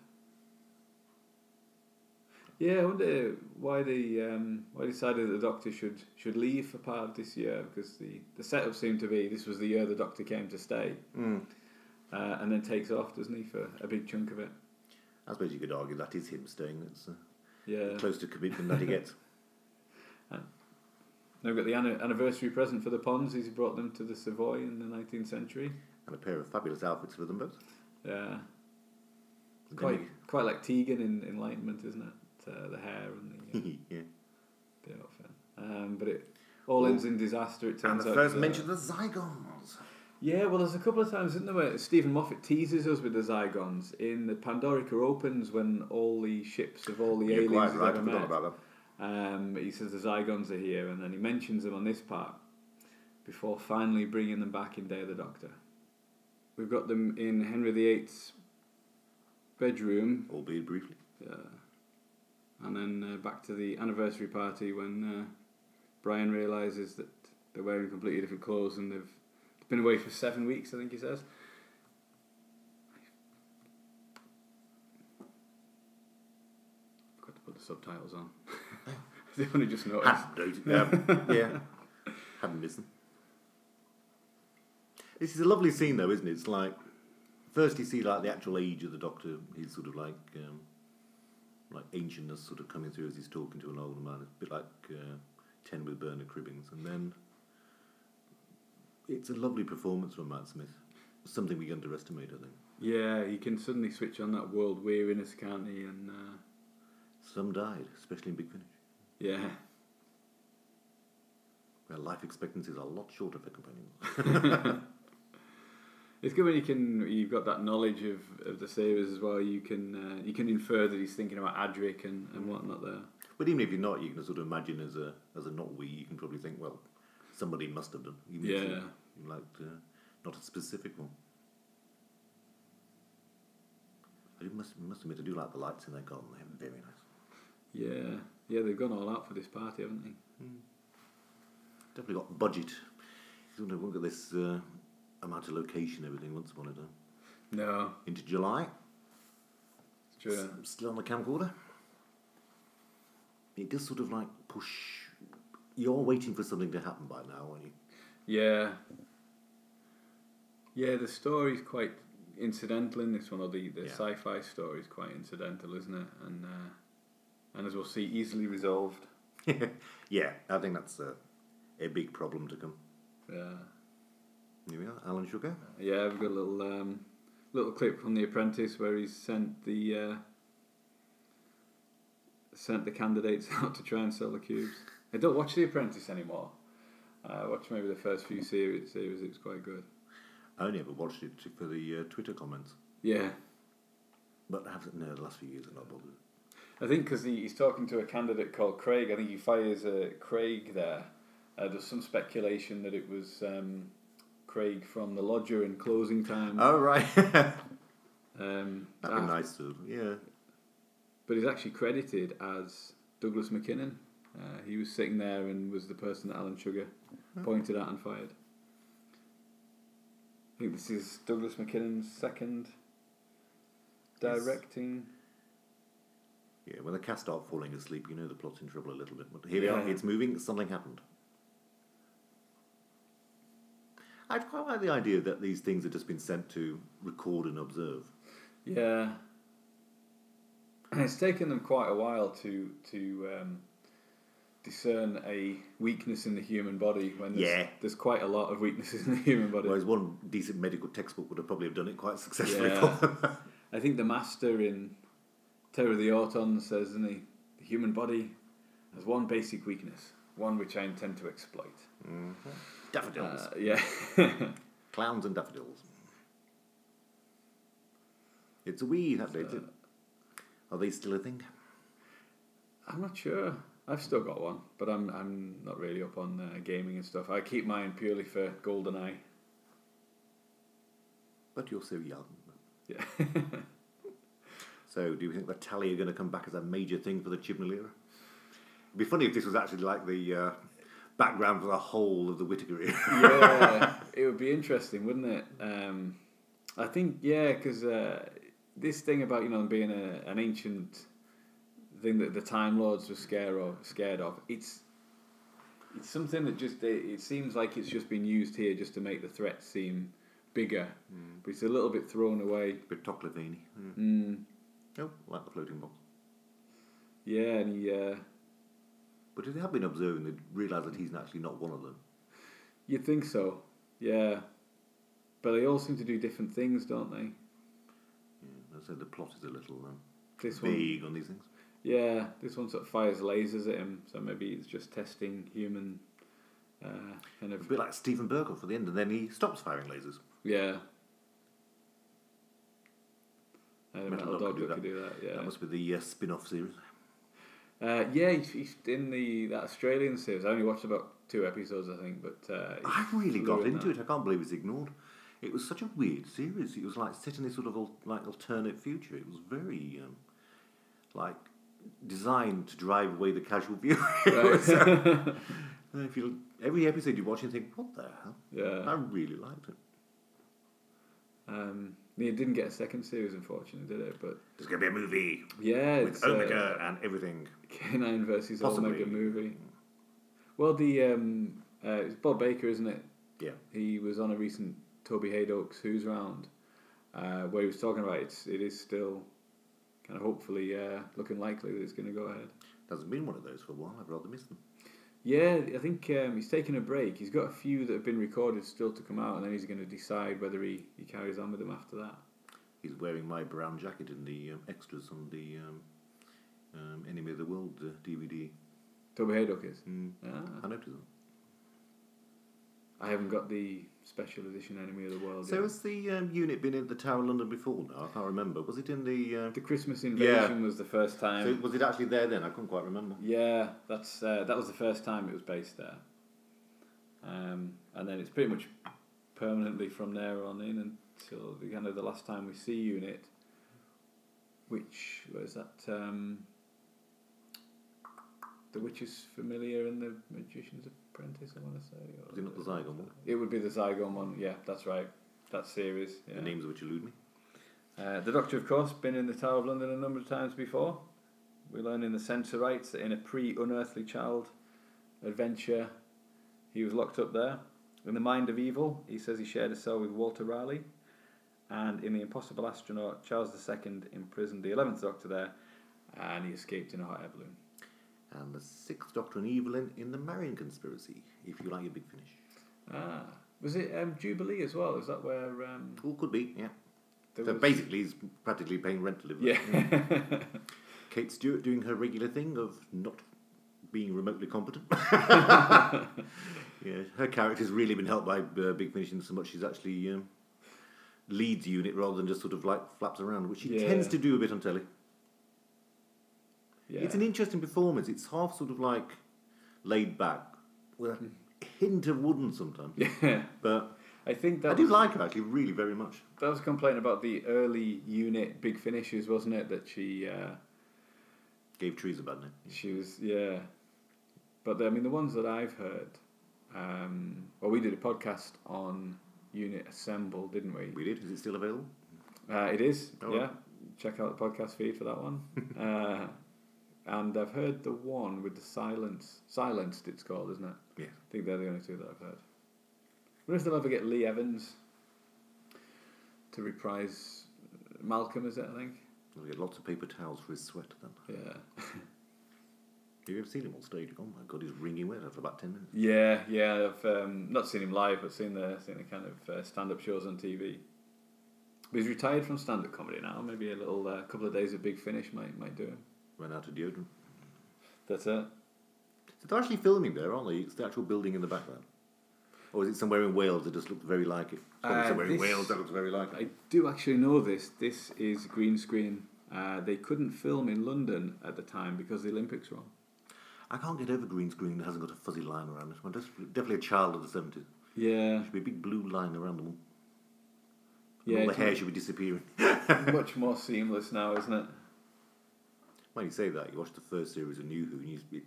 Speaker 3: Yeah, I wonder why they um, why they decided that the Doctor should should leave for part of this year because the the setup seemed to be this was the year the Doctor came to stay uh, and then takes off, doesn't he, for a big chunk of it?
Speaker 4: I suppose you could argue that is him staying. It's uh,
Speaker 3: Yeah,
Speaker 4: close to commitment
Speaker 3: *laughs*
Speaker 4: that he gets.
Speaker 3: Now we've got the anni- anniversary present for the Ponds. He's brought them to the Savoy in the 19th century.
Speaker 4: and a pair of fabulous outfits for them both.
Speaker 3: Yeah,
Speaker 4: And
Speaker 3: quite
Speaker 4: then
Speaker 3: quite like Tegan in Enlightenment, isn't it? Uh, the hair and the, uh,
Speaker 4: he- *laughs* yeah.
Speaker 3: the outfit. Um, but it all ends in disaster. It
Speaker 4: And
Speaker 3: turns
Speaker 4: the
Speaker 3: out.
Speaker 4: first
Speaker 3: uh,
Speaker 4: mention of the Zygons.
Speaker 3: Yeah, well, there's a couple of times, isn't there, where Stephen Moffat teases us with the Zygons in the Pandorica opens when all the ships of all the
Speaker 4: You're
Speaker 3: aliens
Speaker 4: quite
Speaker 3: he's
Speaker 4: right, I
Speaker 3: ever
Speaker 4: forgot
Speaker 3: met.
Speaker 4: about that.
Speaker 3: Um, he says the Zygons are here, and then he mentions them on this part before finally bringing them back in Day of the Doctor. We've got them in Henry VIII's bedroom,
Speaker 4: Albeit briefly.
Speaker 3: uh, and then uh, back to the anniversary party when uh, Brian realizes that they're wearing completely different clothes and they've been away for seven weeks. I think he says. Forgot to put the subtitles on. *laughs* they only just noticed.
Speaker 4: Hadn't noticed- um, yeah. Hadn't missed them. This is a lovely scene, though, isn't it? It's like, first you see like the actual age of the Doctor. He's sort of like, um, like ancientness sort of coming through as he's talking to an older man. It's a bit like uh, Ten with Bernard Cribbins, and then it's a lovely performance from Matt Smith. Something we underestimate, I think.
Speaker 3: Yeah, he can suddenly switch on that world weariness, can't he? And uh,
Speaker 4: Some died, especially in Big Finish,
Speaker 3: yeah,
Speaker 4: where life expectancies are a lot shorter for companions.
Speaker 3: it's good when you can. You've got that knowledge of, of the series as well. You can uh, you can infer that he's thinking about Adric and, and whatnot there.
Speaker 4: But even if you're not, you can sort of imagine as a as a not we, you can probably think, well, somebody must have done. Even if
Speaker 3: Yeah.
Speaker 4: you, you like uh, not a specific one. I do must must admit, I do like the lights in that garden. They're very nice.
Speaker 3: Yeah, yeah, they've gone all out for this party, haven't they?
Speaker 4: Definitely got budget. You know, won't get this uh, amount of location everything once upon a time.
Speaker 3: No,
Speaker 4: Into July,
Speaker 3: it's true.
Speaker 4: s- still on the camcorder. It does sort of like push. You're waiting for something to happen by now, aren't you?
Speaker 3: Yeah, yeah, the story's quite incidental in this one, or the, the
Speaker 4: Yeah.
Speaker 3: sci-fi story is quite incidental, isn't it? And uh, and as we'll see, easily resolved.
Speaker 4: *laughs* yeah, I think that's a, a big problem to come.
Speaker 3: Yeah.
Speaker 4: Here we are, Alan Sugar.
Speaker 3: Yeah, we've got a little um, little clip from The Apprentice where he's sent the uh, sent the candidates *laughs* out to try and sell the cubes. I don't watch The Apprentice anymore. I watched maybe the first few series. Series, it was quite good.
Speaker 4: I only ever watched it to- for the uh, Twitter comments,
Speaker 3: Yeah,
Speaker 4: but I haven't. No, the last few years I'm not bothered.
Speaker 3: I think because he, he's talking to a candidate called Craig. I think he fires uh, Craig there. Uh, there's some speculation that it was um, Craig from the Lodger in Closing Time.
Speaker 4: Oh right, *laughs* that'd
Speaker 3: um,
Speaker 4: be
Speaker 3: after-
Speaker 4: nice to. Yeah,
Speaker 3: but he's actually credited as Douglas McKinnon. Uh, he was sitting there and was the person that Alan Sugar pointed at and fired. I think this is Douglas McKinnon's second
Speaker 4: Yes.
Speaker 3: directing.
Speaker 4: yeah. When the cast start falling asleep, you know the plot's in trouble a little bit. But here we
Speaker 3: Yeah.
Speaker 4: are. It's moving. Something happened. I quite like the idea that these things have just been sent to record and observe.
Speaker 3: Yeah. it's taken them quite a while to to um, discern a weakness in the human body when there's,
Speaker 4: Yeah.
Speaker 3: there's quite a lot of weaknesses in the human body.
Speaker 4: Whereas one decent medical textbook would have probably have done it quite successfully
Speaker 3: Yeah.
Speaker 4: for them.
Speaker 3: I think the master in Terror of the Auton says, isn't he? The human body has one basic weakness, one which I intend to exploit.
Speaker 4: daffodils,
Speaker 3: Uh, yeah. *laughs*
Speaker 4: clowns and daffodils. It's a wee that did.
Speaker 3: Uh.
Speaker 4: it? Are they still a thing?
Speaker 3: I'm not sure. I've still got one, but I'm I'm not really up on uh, gaming and stuff. I keep mine purely for GoldenEye.
Speaker 4: But you're so young.
Speaker 3: Yeah. *laughs*
Speaker 4: So, do you think the tally are going to come back as a major thing for the Chibnall era? It'd be funny if this was actually like the uh, background for the whole of the Whittaker era. *laughs*
Speaker 3: yeah, it would be interesting, wouldn't it? Um, I think yeah, because uh, this thing about you know being a, an ancient thing that the Time Lords were scared of, scared of, it's it's something that just it, it seems like it's just been used here just to make the threat seem bigger, but it's a little bit thrown away. Hmm,
Speaker 4: Bit Toclavini. Mm. Oh, like the floating box.
Speaker 3: Yeah, and he, uh,
Speaker 4: But if they have been observing, they'd realise that he's actually not one of them.
Speaker 3: you'd think so, yeah, but they all seem to do different things, don't they?
Speaker 4: Yeah, so the plot is a little um,
Speaker 3: This one.
Speaker 4: vague on these things.
Speaker 3: Yeah, this one sort of fires lasers at him, so maybe it's just testing human uh, kind
Speaker 4: A
Speaker 3: of.
Speaker 4: bit like Stephen Burkle for the end, and then he stops firing lasers.
Speaker 3: Yeah. And
Speaker 4: Metal
Speaker 3: Metal,
Speaker 4: Dog
Speaker 3: Dog
Speaker 4: could do
Speaker 3: could
Speaker 4: that.
Speaker 3: do that, yeah.
Speaker 4: That must be the uh, spin-off series.
Speaker 3: uh, yeah, he's, he's in the that Australian series. I only watched about two episodes, I think, but. Uh,
Speaker 4: I really
Speaker 3: flew
Speaker 4: got
Speaker 3: in
Speaker 4: into
Speaker 3: that.
Speaker 4: it. I can't believe it's ignored. It was such a weird series. It was like set in this sort of al- like alternate future. It was very um, like designed to drive away the casual viewer. *laughs* It was,
Speaker 3: *laughs*
Speaker 4: uh, if you every episode you watch, you think, "What the hell?"
Speaker 3: Yeah.
Speaker 4: I really liked it.
Speaker 3: Um, it didn't get a second series, unfortunately, did it? But
Speaker 4: There's going to be a movie
Speaker 3: yeah,
Speaker 4: with
Speaker 3: it's. uh,
Speaker 4: Omega and everything.
Speaker 3: Canine versus
Speaker 4: Possibly.
Speaker 3: Omega movie. Well, the. Um, uh, it's Bob Baker, isn't it?
Speaker 4: Yeah,
Speaker 3: he was on a recent Toby Haydock's Who's Round, uh, where he was talking about it's, it is still kind of hopefully uh, looking likely that it's going to go ahead.
Speaker 4: hasn't been one of those for a while. I'd rather miss them.
Speaker 3: Yeah, I think um, he's taking a break. He's got a few that have been recorded still to come out, and then he's going to decide whether he, he carries on with them after that.
Speaker 4: He's wearing my brown jacket in the um, extras on the um, um, Enemy of the World uh, DVD.
Speaker 3: Toby Haydock is.
Speaker 4: Mm.
Speaker 3: Ah.
Speaker 4: I noticed that.
Speaker 3: I haven't got the special edition Enemy of the World.
Speaker 4: So
Speaker 3: yet.
Speaker 4: has the um, unit been in the Tower of London before now? I can't remember. Was it in the? Uh,
Speaker 3: the Christmas Invasion was the first time.
Speaker 4: so was it actually there then? I couldn't quite remember.
Speaker 3: Yeah, that's uh, that was the first time it was based there, um, and then it's pretty much permanently from there on in until the kind of the last time we see Unit, which was that um, the Witch is familiar and the Magician's Apprentice. I want to say. or-
Speaker 4: Was it not the Zygon one?
Speaker 3: It would be the Zygon one. Yeah, that's right. That series. Yeah.
Speaker 4: The names which elude me.
Speaker 3: Uh, the Doctor, of course, been in the Tower of London a number of times before. We learn in the Censorites that in a pre unearthly child adventure, he was locked up there. In The Mind of Evil, he says he shared a cell with Walter Raleigh. And in The Impossible Astronaut, Charles II imprisoned the 11th Doctor there and he escaped in a hot air balloon.
Speaker 4: And the Sixth Doctor and Evelyn in the Marion Conspiracy. If you like your big finish,
Speaker 3: Ah. Was it um, Jubilee as well? Is that where. Um,
Speaker 4: all could be. Yeah.
Speaker 3: there
Speaker 4: so
Speaker 3: was-
Speaker 4: basically, he's practically paying rent to live. there.
Speaker 3: Yeah.
Speaker 4: Kate Stewart doing her regular thing of not being remotely
Speaker 3: *laughs*
Speaker 4: competent. yeah, her character's really been helped by uh, Big Finish in so much she's actually um, leads the unit rather than just sort of like flaps around, which she
Speaker 3: Yeah.
Speaker 4: tends to do a bit on telly.
Speaker 3: *laughs* yeah.
Speaker 4: It's an interesting performance. It's half sort of like laid back with a hint of wooden sometimes.
Speaker 3: Hmm. *laughs* yeah.
Speaker 4: But
Speaker 3: I think that
Speaker 4: e- I do
Speaker 3: was-
Speaker 4: like her actually really very much.
Speaker 3: That was a complaint about the early unit big finishes, wasn't it? That she uh,
Speaker 4: Gave trees a bad name.
Speaker 3: she was yeah. But the, I mean, the ones that I've heard. Um, well, we did a podcast on Unit Assemble, didn't we?
Speaker 4: We did. Is it still available?
Speaker 3: Uh, it is,
Speaker 4: Oh,
Speaker 3: yeah.
Speaker 4: right.
Speaker 3: Check out the podcast feed for that
Speaker 4: *laughs*
Speaker 3: one. uh, and I've heard the one with the silence. Silenced, it's called, isn't it?
Speaker 4: Yeah.
Speaker 3: I think they're the only two that I've heard. wonder if they'll ever get Lee Evans to reprise Malcolm, is it, I think?
Speaker 4: He'll get lots of paper towels for his sweat then.
Speaker 3: Yeah.
Speaker 4: Have you ever seen him on stage? Oh my god, he's wringing wet after about 10 minutes.
Speaker 3: Yeah, yeah. I've um, not seen him live, but seen the seen the kind of uh, stand up shows on TV. But he's retired from stand up comedy now. Maybe a little uh, couple of days of Big Finish might might do him.
Speaker 4: Ran out of deodorant.
Speaker 3: That's it.
Speaker 4: So they're actually filming there, aren't they? It's the actual building in the background. Or is it somewhere in Wales that just looked very like it? Probably
Speaker 3: Uh,
Speaker 4: somewhere in
Speaker 3: this-
Speaker 4: Wales that looks very like it.
Speaker 3: I do actually know this. This is green screen. Uh, they couldn't film in London at the time because the Olympics were on.
Speaker 4: I can't get over green screen that hasn't got a fuzzy line around it. I'm just- definitely a child of the 70s.
Speaker 3: Yeah,
Speaker 4: There should be a big blue line around them all.
Speaker 3: yeah.
Speaker 4: all the
Speaker 3: it's
Speaker 4: hair should be disappearing. *laughs*
Speaker 3: much- much more seamless now, isn't it?
Speaker 4: When you say that, you watch the first series of New Who, and you, it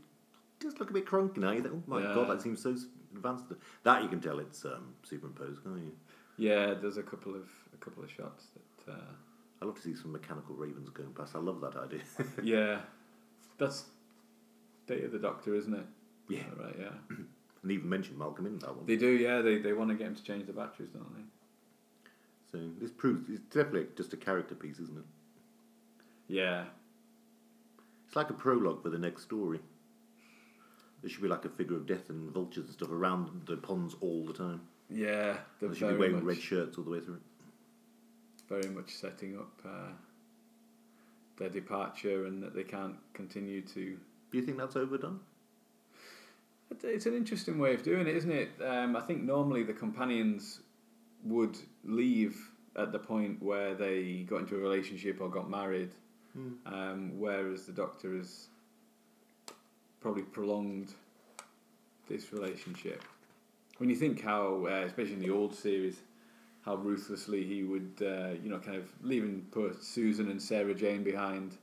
Speaker 4: does look a bit crunky now. You think, oh my
Speaker 3: Yeah.
Speaker 4: god, that seems so s- advanced. That you can tell it's um, superimposed, can't you?
Speaker 3: Yeah, there's a couple of a couple of shots that. Uh,
Speaker 4: I love to see some mechanical ravens going past. I love that idea. *laughs*
Speaker 3: yeah, that's Day of the Doctor, isn't it?
Speaker 4: Yeah.
Speaker 3: Right. Yeah.
Speaker 4: and they even mentioned Malcolm in that one.
Speaker 3: They do. Yeah. They they want to get him to change the batteries, don't they?
Speaker 4: so this proves it's definitely just a character piece, isn't it?
Speaker 3: Yeah.
Speaker 4: It's like a prologue for the next story. There should be like a figure of death and vultures and stuff around the ponds all the time.
Speaker 3: Yeah. They're
Speaker 4: They should be
Speaker 3: very
Speaker 4: wearing
Speaker 3: much,
Speaker 4: red shirts all the way through.
Speaker 3: very much setting up uh, their departure and that they can't continue to
Speaker 4: Do you think that's overdone?
Speaker 3: It- It's an interesting way of doing it, isn't it? Um, I think normally the companions would leave at the point where they got into a relationship or got married, um, whereas the Doctor has probably prolonged this relationship. When you think how, uh, especially in the old series, how ruthlessly he would, uh, you know, kind of leave and put Susan and Sarah Jane behind.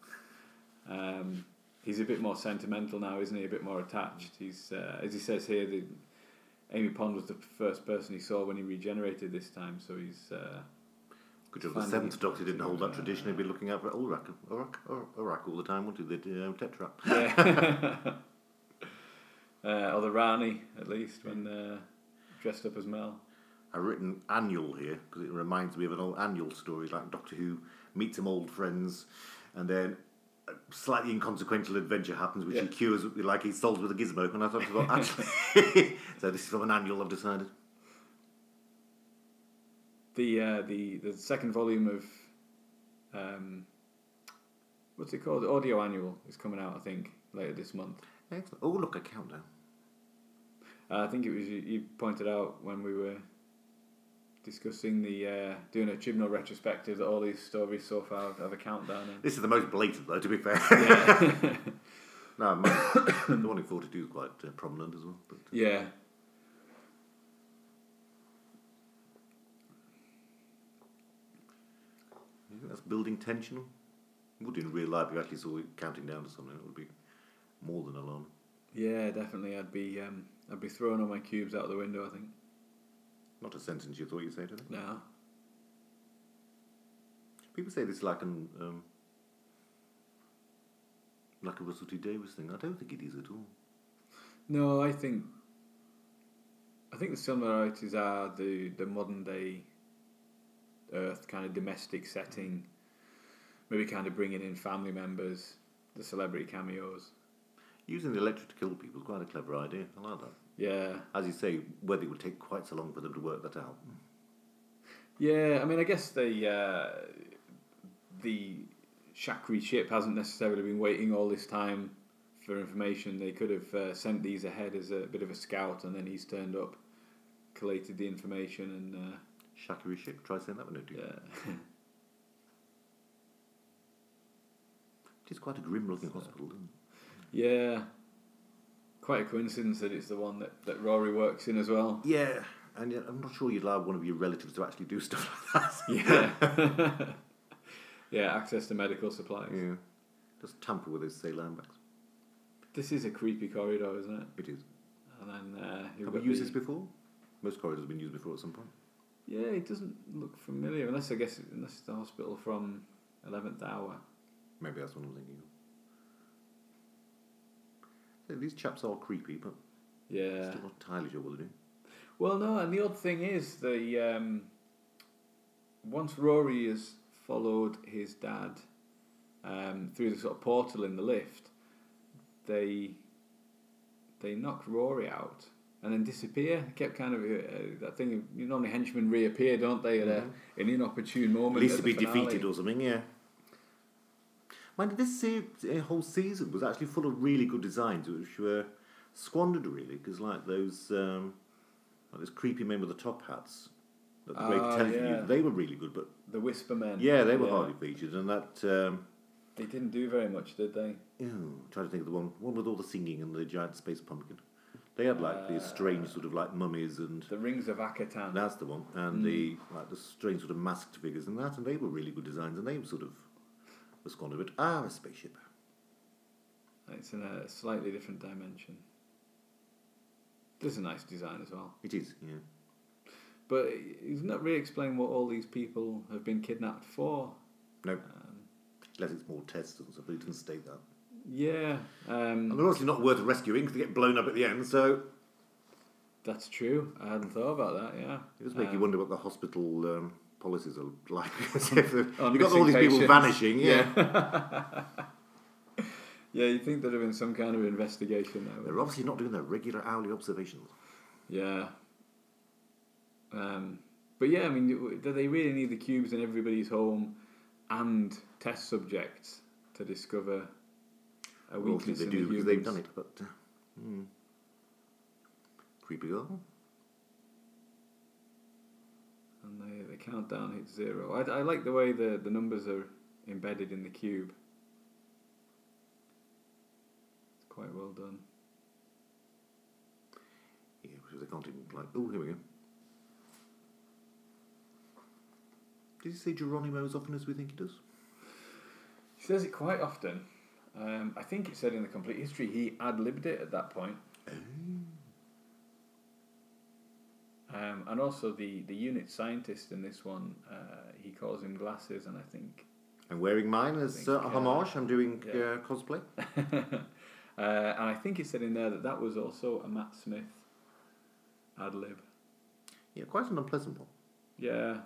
Speaker 3: Um, he's a bit more sentimental now, isn't he? A bit more attached. He's uh, as he says here, the, Amy Pond was the first person he saw when he regenerated this time, so he's uh,
Speaker 4: Good job. The
Speaker 3: Finding
Speaker 4: seventh
Speaker 3: it
Speaker 4: Doctor didn't hold that tradition. He'd be looking out for Orak, Orak, Orak all the time, wouldn't he? The uh, Tetrap.
Speaker 3: yeah. *laughs* uh, or the Rani at least when uh, dressed up as Mel.
Speaker 4: I've written annual here because it reminds me of an old annual story like Doctor Who meets some old friends and then a slightly inconsequential adventure happens which he
Speaker 3: Yeah.
Speaker 4: cures like he solves with a gizmo. And I thought, well, actually, *laughs* so this is from an annual I've decided.
Speaker 3: The uh, the the second volume of um, what's it called? Audio Annual is coming out, I think, later this month.
Speaker 4: Excellent. Oh, look, a countdown.
Speaker 3: Uh, I think it was you, you pointed out when we were discussing the uh, doing a Chibnall retrospective that all these stories so far have, have a countdown. In.
Speaker 4: This is the most blatant, though, to be fair. *laughs* no, mine, *coughs* the one in 42 is quite uh, prominent as well. But
Speaker 3: Yeah,
Speaker 4: you think that's building tension? Would in real life you actually saw it counting down to something? It would be more than alarming.
Speaker 3: yeah, definitely. I'd be um, I'd be throwing all my cubes out the window. I think
Speaker 4: Not a sentence you thought you'd say, did it?
Speaker 3: now.
Speaker 4: People say this like an um, like a Russell T Davis thing. I don't think it is at all.
Speaker 3: No, I think I think the similarities are the the modern day Earth kind of domestic setting, maybe kind of bringing in family members, the celebrity cameos.
Speaker 4: Using the electric to kill people is quite a clever idea. I like that.
Speaker 3: Yeah.
Speaker 4: As you say, whether it would take quite so long for them to work that out. Mm.
Speaker 3: Yeah, I mean, I guess the uh, the Shakri ship hasn't necessarily been waiting all this time for information. They could have uh, sent these ahead as a bit of a scout, and then he's turned up, collated the information, uh, and uh,
Speaker 4: Shakiri ship. Try saying that one, don't you?
Speaker 3: yeah,
Speaker 4: It is quite a grim-looking hospital, isn't it?
Speaker 3: yeah. Quite a coincidence that it's the one that, that Rory works in as well. *laughs*
Speaker 4: Yeah, and yet I'm not sure you'd allow one of your relatives to actually do *laughs* stuff like that.
Speaker 3: Yeah, *laughs* yeah. Access to medical supplies.
Speaker 4: yeah. Just tamper with those Ceylon bags.
Speaker 3: This is a creepy corridor, isn't it?
Speaker 4: It is.
Speaker 3: And then uh, you've
Speaker 4: Have we
Speaker 3: got
Speaker 4: used
Speaker 3: the-
Speaker 4: this before? Most corridors have been used before at some point.
Speaker 3: Yeah, it doesn't look familiar, unless I guess unless it's the hospital from Eleventh Hour.
Speaker 4: Maybe that's what I'm thinking of. So these chaps are creepy, but
Speaker 3: Yeah.
Speaker 4: still not entirely sure what they do.
Speaker 3: Well, no, and the odd thing is the um, once Rory has followed his dad um, through the sort of portal in the lift, they they knock Rory out and then disappear. Kept kind of uh, that thing. of- You know, normally henchmen reappear, don't they, at a, an inopportune
Speaker 4: Mm-hmm.
Speaker 3: moment.
Speaker 4: At least
Speaker 3: at
Speaker 4: to
Speaker 3: the
Speaker 4: be
Speaker 3: finale.
Speaker 4: defeated or something, yeah. Man, this se- uh, whole season was actually full of really good designs, which were squandered really, because like those, um, like those creepy men with the top hats that the Greg
Speaker 3: Ah,
Speaker 4: television
Speaker 3: yeah.
Speaker 4: used, they were really good, but
Speaker 3: The Whisper Men.
Speaker 4: yeah, they were hardly featured. And that, um,
Speaker 3: They didn't do very much, did they?
Speaker 4: ew, I'm trying to think of the one, one with all the singing and the giant space pumpkin. They had like
Speaker 3: Ah.
Speaker 4: these strange sort of like mummies and
Speaker 3: The Rings of Akatan.
Speaker 4: That's the one, and
Speaker 3: Mm.
Speaker 4: the like the strange sort of masked figures and that, and they were really good designs, and they were sort of was gone a bit. Ah, a spaceship.
Speaker 3: It's in a slightly different dimension. There's a nice design as well.
Speaker 4: It is, yeah.
Speaker 3: But it- it's not really explained what all these people have been kidnapped for.
Speaker 4: No,
Speaker 3: Um, Mm.
Speaker 4: unless it's more tests and stuff. They didn't state that.
Speaker 3: yeah,
Speaker 4: And
Speaker 3: um,
Speaker 4: they're obviously not worth rescuing because they get blown up at the end. So
Speaker 3: that's true. I hadn't thought about that, yeah.
Speaker 4: it does make you
Speaker 3: Um,
Speaker 4: wonder what the hospital um, policies are *laughs* like.
Speaker 3: *laughs*
Speaker 4: You've
Speaker 3: On
Speaker 4: got all
Speaker 3: missing
Speaker 4: these people
Speaker 3: patients.
Speaker 4: vanishing. Yeah,
Speaker 3: Yeah, you'd think there'd have been some kind of investigation there.
Speaker 4: they're obviously not doing their regular hourly observations.
Speaker 3: Yeah. Um, but yeah, I mean, do do they really need the cubes in everybody's home and test subjects to discover a
Speaker 4: Well, obviously
Speaker 3: weakness
Speaker 4: they
Speaker 3: in
Speaker 4: do
Speaker 3: the
Speaker 4: because
Speaker 3: humans?
Speaker 4: they've done it. But uh, hmm. creepy girl.
Speaker 3: And the, the countdown hits zero. I, I like the way the, the numbers are embedded in the cube. It's quite well done.
Speaker 4: Yeah, because they can't even like. Oh, here we go. Did you say Geronimo as often as we think he does?
Speaker 3: He says it quite often. Um, I think it said in the complete history he ad libbed it at that point. Um, and also the, the unit scientist in this one, uh, he calls him glasses, and I think *laughs*
Speaker 4: I'm wearing mine
Speaker 3: I
Speaker 4: as
Speaker 3: think,
Speaker 4: uh, a homage. I'm doing
Speaker 3: yeah.
Speaker 4: uh, cosplay.
Speaker 3: uh, and I think it said in there that that was also a Matt Smith ad lib.
Speaker 4: Yeah, quite an unpleasant one.
Speaker 3: Yeah.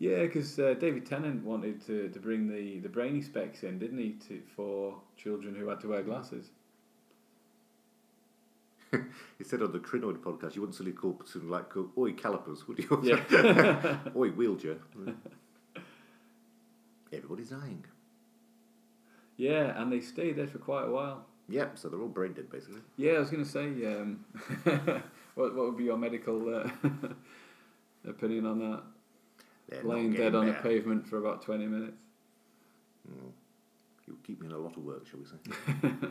Speaker 3: Yeah, because uh, David Tennant wanted to, to bring the, the brainy specs in, didn't he, to, for children who had to
Speaker 4: *laughs*
Speaker 3: wear glasses?
Speaker 4: He said on the Crinoid podcast, you wouldn't silly call something like, call, oi, calipers, would you?
Speaker 3: Yeah.
Speaker 4: *laughs* oi, wheelchair. *laughs* Everybody's dying.
Speaker 3: yeah, and they stayed there for quite a while.
Speaker 4: Yep, so they're all brain dead, basically.
Speaker 3: Yeah, I was going to say, um, *laughs* what, what would be your medical uh, *laughs* opinion on that?
Speaker 4: They're not
Speaker 3: Laying
Speaker 4: getting
Speaker 3: dead on a
Speaker 4: better.
Speaker 3: pavement for about 20 minutes.
Speaker 4: You'll keep me in a lot of work, shall we say. *laughs*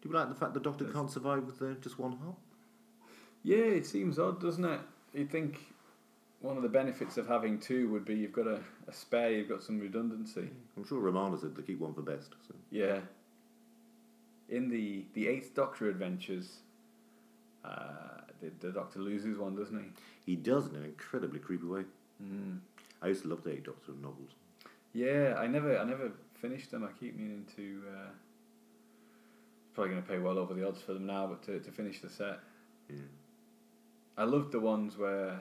Speaker 4: Do you like the fact the doctor can't survive with uh, just one heart?
Speaker 3: Yeah, it seems odd, doesn't it? You'd think one of the benefits of having two would be you've got a, a spare, you've got some redundancy.
Speaker 4: I'm sure Romana said to keep one for best. So.
Speaker 3: Yeah. In the the Eighth Doctor adventures, uh, the, the Doctor loses one, doesn't he?
Speaker 4: He does in an incredibly creepy way.
Speaker 3: Mm.
Speaker 4: I used to love the Eight Doctor novels.
Speaker 3: Yeah, I never I never finished them. I keep meaning to. Uh, probably going to pay well over the odds for them now, but to, to finish the set,
Speaker 4: Yeah.
Speaker 3: I loved the ones where.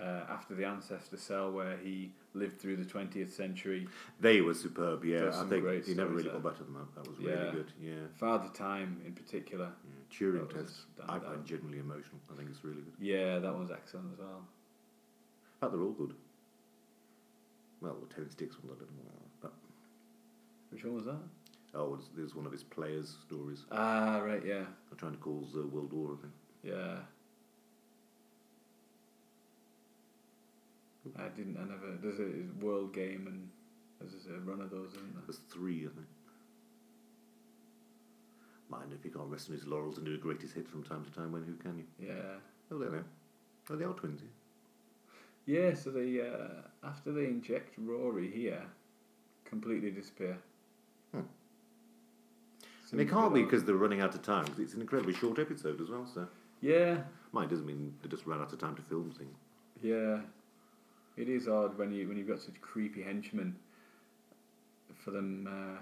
Speaker 3: Uh, after the ancestor cell, where he lived through the twentieth century,
Speaker 4: They were superb, yeah.
Speaker 3: There's
Speaker 4: I
Speaker 3: some
Speaker 4: think
Speaker 3: great
Speaker 4: he never
Speaker 3: stories
Speaker 4: really got
Speaker 3: there.
Speaker 4: better than that. That was really
Speaker 3: Yeah.
Speaker 4: good, yeah.
Speaker 3: Father Time in particular.
Speaker 4: yeah. Turing
Speaker 3: That was
Speaker 4: test,
Speaker 3: a
Speaker 4: I
Speaker 3: standout.
Speaker 4: find genuinely emotional. I think it's really good.
Speaker 3: Yeah, that one's excellent as well.
Speaker 4: In fact, they're all good. Well, the Terence Dix one, I don't know. But,
Speaker 3: Which one was that?
Speaker 4: oh, it's- there's one of his players' stories.
Speaker 3: Ah, right, yeah.
Speaker 4: I'm trying to cause uh, World War, I think.
Speaker 3: Yeah. I didn't. I never. There's a world game and there's a run of those, isn't there?
Speaker 4: There's three, I think. Mind if he can't rest on his laurels and do a greatest hit from time to time, when who can you?
Speaker 3: Yeah.
Speaker 4: Oh, there they are. Oh, they are twins, yeah.
Speaker 3: Yeah. So they uh, after they inject Rory here, completely disappear.
Speaker 4: Hmm.
Speaker 3: Seems
Speaker 4: And it
Speaker 3: a
Speaker 4: can't be
Speaker 3: bit odd.
Speaker 4: because they're running out of time. 'cause it's an incredibly short episode as well. So
Speaker 3: Yeah.
Speaker 4: mine doesn't mean they just ran out of time to film things.
Speaker 3: Yeah. It is odd when you when you've got such creepy henchmen. For them, uh,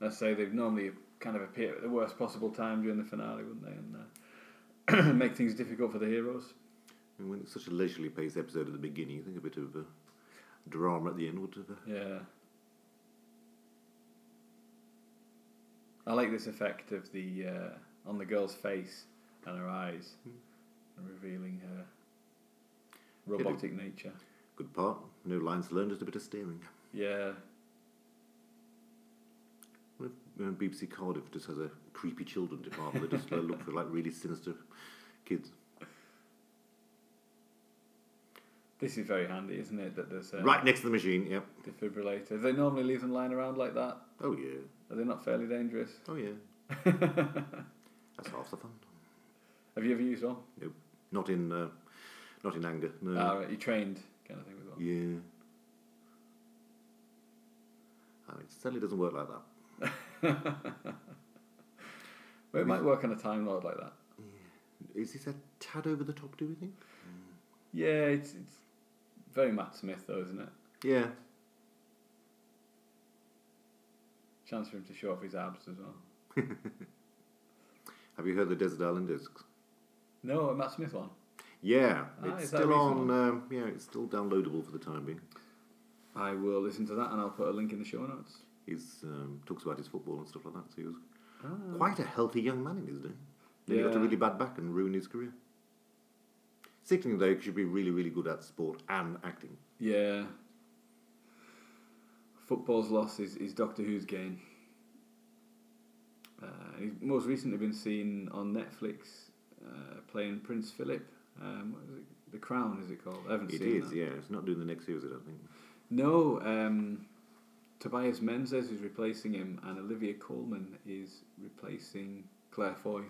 Speaker 3: let's say they'd normally kind of appear at the worst possible time during the finale, wouldn't they? And uh, *clears throat* make things difficult for the heroes.
Speaker 4: And when it's such a leisurely paced episode at the beginning, you think a bit of uh, drama at the end, would uh, there?
Speaker 3: Yeah. I like this effect of the uh, on the girl's face and her eyes, and revealing her robotic nature.
Speaker 4: Good part. No lines learned, just a bit of steering.
Speaker 3: Yeah,
Speaker 4: Well, if, uh, BBC Cardiff just has a creepy children department. They just uh, look for like really sinister kids.
Speaker 3: this is very handy, isn't it? That there's a
Speaker 4: Right next to the machine. Yep.
Speaker 3: defibrillator. They normally leave them lying around like that.
Speaker 4: Oh yeah.
Speaker 3: Are they not fairly dangerous?
Speaker 4: Oh
Speaker 3: *laughs*
Speaker 4: yeah. That's half the fun.
Speaker 3: Have you ever used one?
Speaker 4: Nope. Not in. Uh, not in anger. No.
Speaker 3: Ah, right, you trained kind of thing with one.
Speaker 4: Yeah. And Ah, it certainly doesn't work like that.
Speaker 3: Well, it might work on a Time Lord like that.
Speaker 4: Is this a tad over the top? Do we think?
Speaker 3: Yeah, it's it's very Matt Smith though, isn't it?
Speaker 4: Yeah.
Speaker 3: Chance for him to show off his abs as well.
Speaker 4: Have you heard the Desert Island Discs?
Speaker 3: No, a Matt Smith one.
Speaker 4: Yeah,
Speaker 3: Ah,
Speaker 4: it's
Speaker 3: is that
Speaker 4: still on.
Speaker 3: reasonable?
Speaker 4: Um, yeah, it's still downloadable for the time being.
Speaker 3: I will listen to that and I'll put a link in the show notes.
Speaker 4: He's um, talks about his football and stuff like that. So he was
Speaker 3: Ah.
Speaker 4: quite a healthy young man in his day. Then he got a
Speaker 3: Hmm. Yeah.
Speaker 4: really bad back and ruined his career. Sickening though, 'cause you'd be really, really good at sport and acting.
Speaker 3: Yeah. Football's loss is, is Doctor Who's gain. Uh, he's most recently been seen on Netflix uh, playing Prince Philip. Um, what is it? The Crown, is it called? I haven't
Speaker 4: It
Speaker 3: seen
Speaker 4: is,
Speaker 3: that.
Speaker 4: yeah. It's not doing the next series, I don't think.
Speaker 3: No, um, Tobias Menzies is replacing him, and Olivia Coleman is replacing Claire Foy.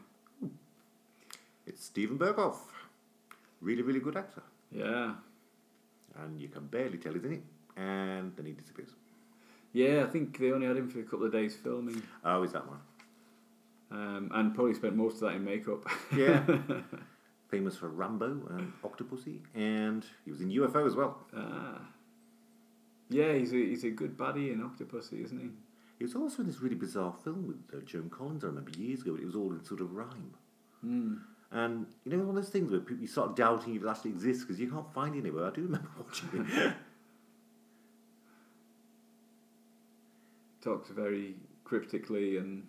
Speaker 4: It's Stephen Berghoff, really, really good actor,
Speaker 3: Yeah.
Speaker 4: and you can barely tell he's in it. And then he disappears.
Speaker 3: Yeah, I think they only had him for a couple of days filming,
Speaker 4: Oh, is that one?
Speaker 3: um, and probably spent most of that in makeup.
Speaker 4: Yeah. Famous for Rambo and Octopussy, and he was in UFO as well.
Speaker 3: Ah. Yeah, he's a, he's a good buddy in Octopussy, isn't he?
Speaker 4: He was also in this really bizarre film with uh, Joan Collins, I remember years ago, but it was all in sort of rhyme.
Speaker 3: Hmm.
Speaker 4: And you know, one of those things where people, you start doubting if it actually exists because you can't find it anywhere. I do remember *laughs* watching it.
Speaker 3: Talks very cryptically and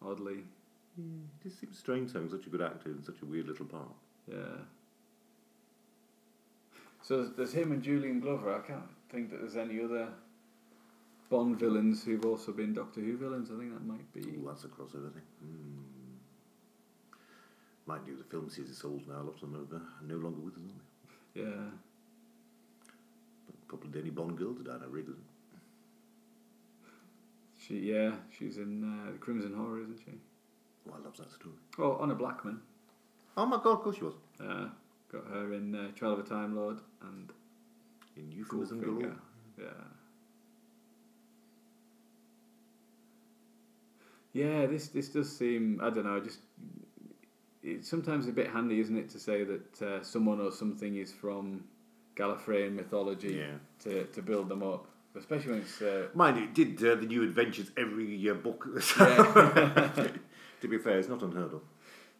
Speaker 3: oddly.
Speaker 4: it just seems strange having such a good actor in such a weird little part.
Speaker 3: Yeah. So there's, there's him and Julian Glover. I can't think that there's any other Bond villains who've also been Doctor Who villains. I think that might be.
Speaker 4: Ooh, that's a crossover thing. Mm. Might do the film series is old now, a lot of them are uh, no longer with us, aren't they?
Speaker 3: Yeah.
Speaker 4: But probably the only Bond girl to die now, really. isn't it?
Speaker 3: She yeah she's in uh, the Crimson Horror, isn't she?
Speaker 4: Oh, I love that story.
Speaker 3: Oh, Honor Blackman.
Speaker 4: Oh my god, of course she was.
Speaker 3: Uh, got her in uh, Trial of a Time Lord and
Speaker 4: In Euphemism
Speaker 3: Goldfinger.
Speaker 4: Galore.
Speaker 3: Yeah. Yeah, this this does seem I don't know. Just it's sometimes a bit handy, isn't it, to say that uh, someone or something is from Gallifreyan mythology
Speaker 4: Yeah.
Speaker 3: to to build them up, especially when it's uh,
Speaker 4: Mind you, it did uh, the new adventures every uh, book. *laughs* to be fair, it's not unheard of.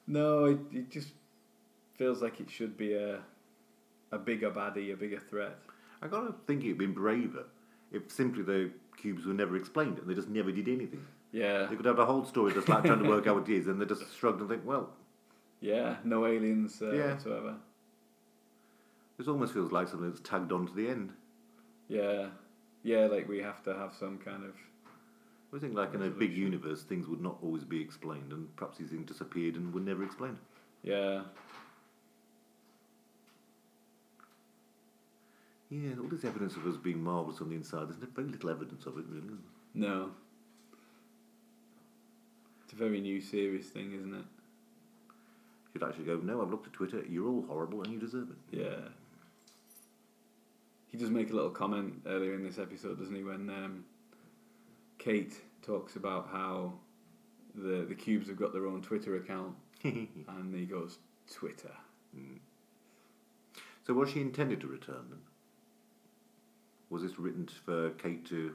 Speaker 3: no, it, it just feels like it should be a a bigger baddie, a bigger threat.
Speaker 4: I gotta think it'd been braver if simply the cubes were never explained and they just never did anything.
Speaker 3: Yeah,
Speaker 4: They could have a whole story just like trying to work out what it is, and they just shrugged and think, well,
Speaker 3: yeah, no aliens uh,
Speaker 4: Yeah.
Speaker 3: whatsoever.
Speaker 4: this almost feels like something that's tagged on to the end.
Speaker 3: Yeah, yeah, like we have to have some kind of
Speaker 4: I think like in a big universe, things would not always be explained, and perhaps these things disappeared and were never explained.
Speaker 3: yeah.
Speaker 4: Yeah, all this evidence of us being marvellous on the inside, there's very little evidence of it, really. Isn't there?
Speaker 3: No. It's a very new series thing, isn't it?
Speaker 4: You'd actually go, no, I've looked at Twitter, you're all horrible and you deserve it.
Speaker 3: Yeah. He does make a little comment earlier in this episode, doesn't he, when um, Kate talks about how the the cubes have got their own Twitter account, and he goes Twitter.
Speaker 4: So was she intended to return then? Was this written for Kate to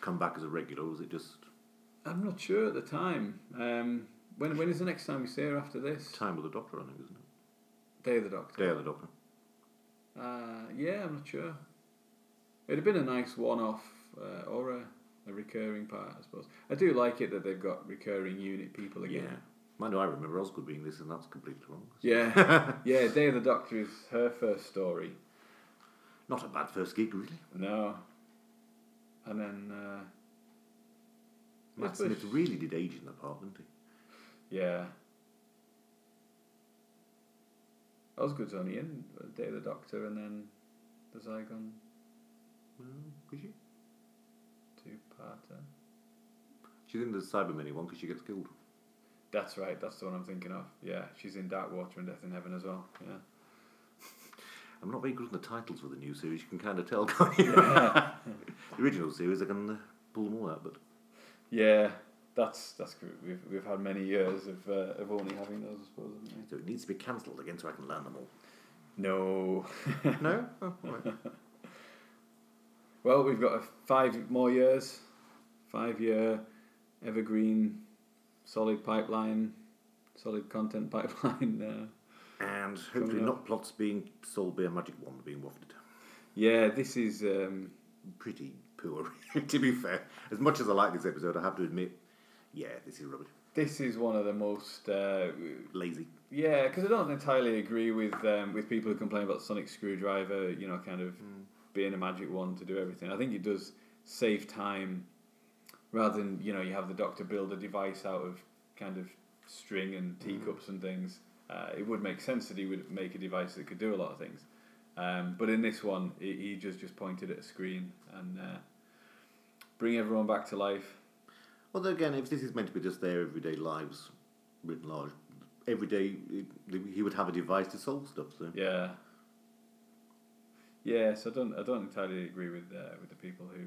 Speaker 4: come back as a regular, or was it just
Speaker 3: I'm not sure at the time. Um, when when is the next time we see her after this?
Speaker 4: Time of the Doctor, I think, isn't it?
Speaker 3: Day of the Doctor.
Speaker 4: Day of the Doctor.
Speaker 3: Uh, yeah, I'm not sure. It'd have been a nice one-off uh, or a, a recurring part, I suppose. I do like it that they've got recurring unit people
Speaker 4: Yeah.
Speaker 3: again.
Speaker 4: Mind you, I remember Osgood being this, and that's completely wrong.
Speaker 3: Yeah, yeah. Day of the Doctor is her first story.
Speaker 4: Not a bad first gig, really.
Speaker 3: No, and then uh,
Speaker 4: Matt
Speaker 3: Yes, but-
Speaker 4: Smith really did age in that part, didn't he?
Speaker 3: yeah. Osgood's only in Day of the Doctor, and then the Zygon
Speaker 4: Well,
Speaker 3: Mm,
Speaker 4: could you?
Speaker 3: two-parter.
Speaker 4: She's in the Cybermen one because she gets killed.
Speaker 3: That's right. That's the one I'm thinking of. Yeah, she's in Dark Water and Death in Heaven as well. Yeah.
Speaker 4: I'm not very good on the titles for the new series. You can kind of tell, *laughs* can't you? *laughs* the original series, I can uh, pull them all out, but
Speaker 3: Yeah, that's that's good. We've we've had many years of uh, of only having those, I suppose. Haven't
Speaker 4: so it needs to be cancelled again so I can learn them all.
Speaker 3: we? No.
Speaker 4: no? Oh, all right.
Speaker 3: Well, we've got a five more years, five year evergreen, solid pipeline, solid content *laughs* pipeline. Uh,
Speaker 4: And hopefully,
Speaker 3: Coming up.
Speaker 4: not plots being sold by a magic wand being wafted.
Speaker 3: yeah, this is. Um,
Speaker 4: Pretty poor, *laughs* to be fair. As much as I like this episode, I have to admit, yeah, this is rubbish.
Speaker 3: this is one of the most uh,
Speaker 4: Lazy.
Speaker 3: yeah because I don't entirely agree with um, with people who complain about sonic screwdriver you know kind of being a magic wand to do everything I think it does save time rather than you know you have the doctor build a device out of kind of string and teacups and things uh, it would make sense that he would make a device that could do a lot of things um, but in this one he, he just just pointed at a screen and uh, bring everyone back to life
Speaker 4: Although again, if this is meant to be just their everyday lives, written large, every day it- he would have a device to solve stuff. So
Speaker 3: Yeah. Yes, I don't. I don't entirely agree with uh, with the people who,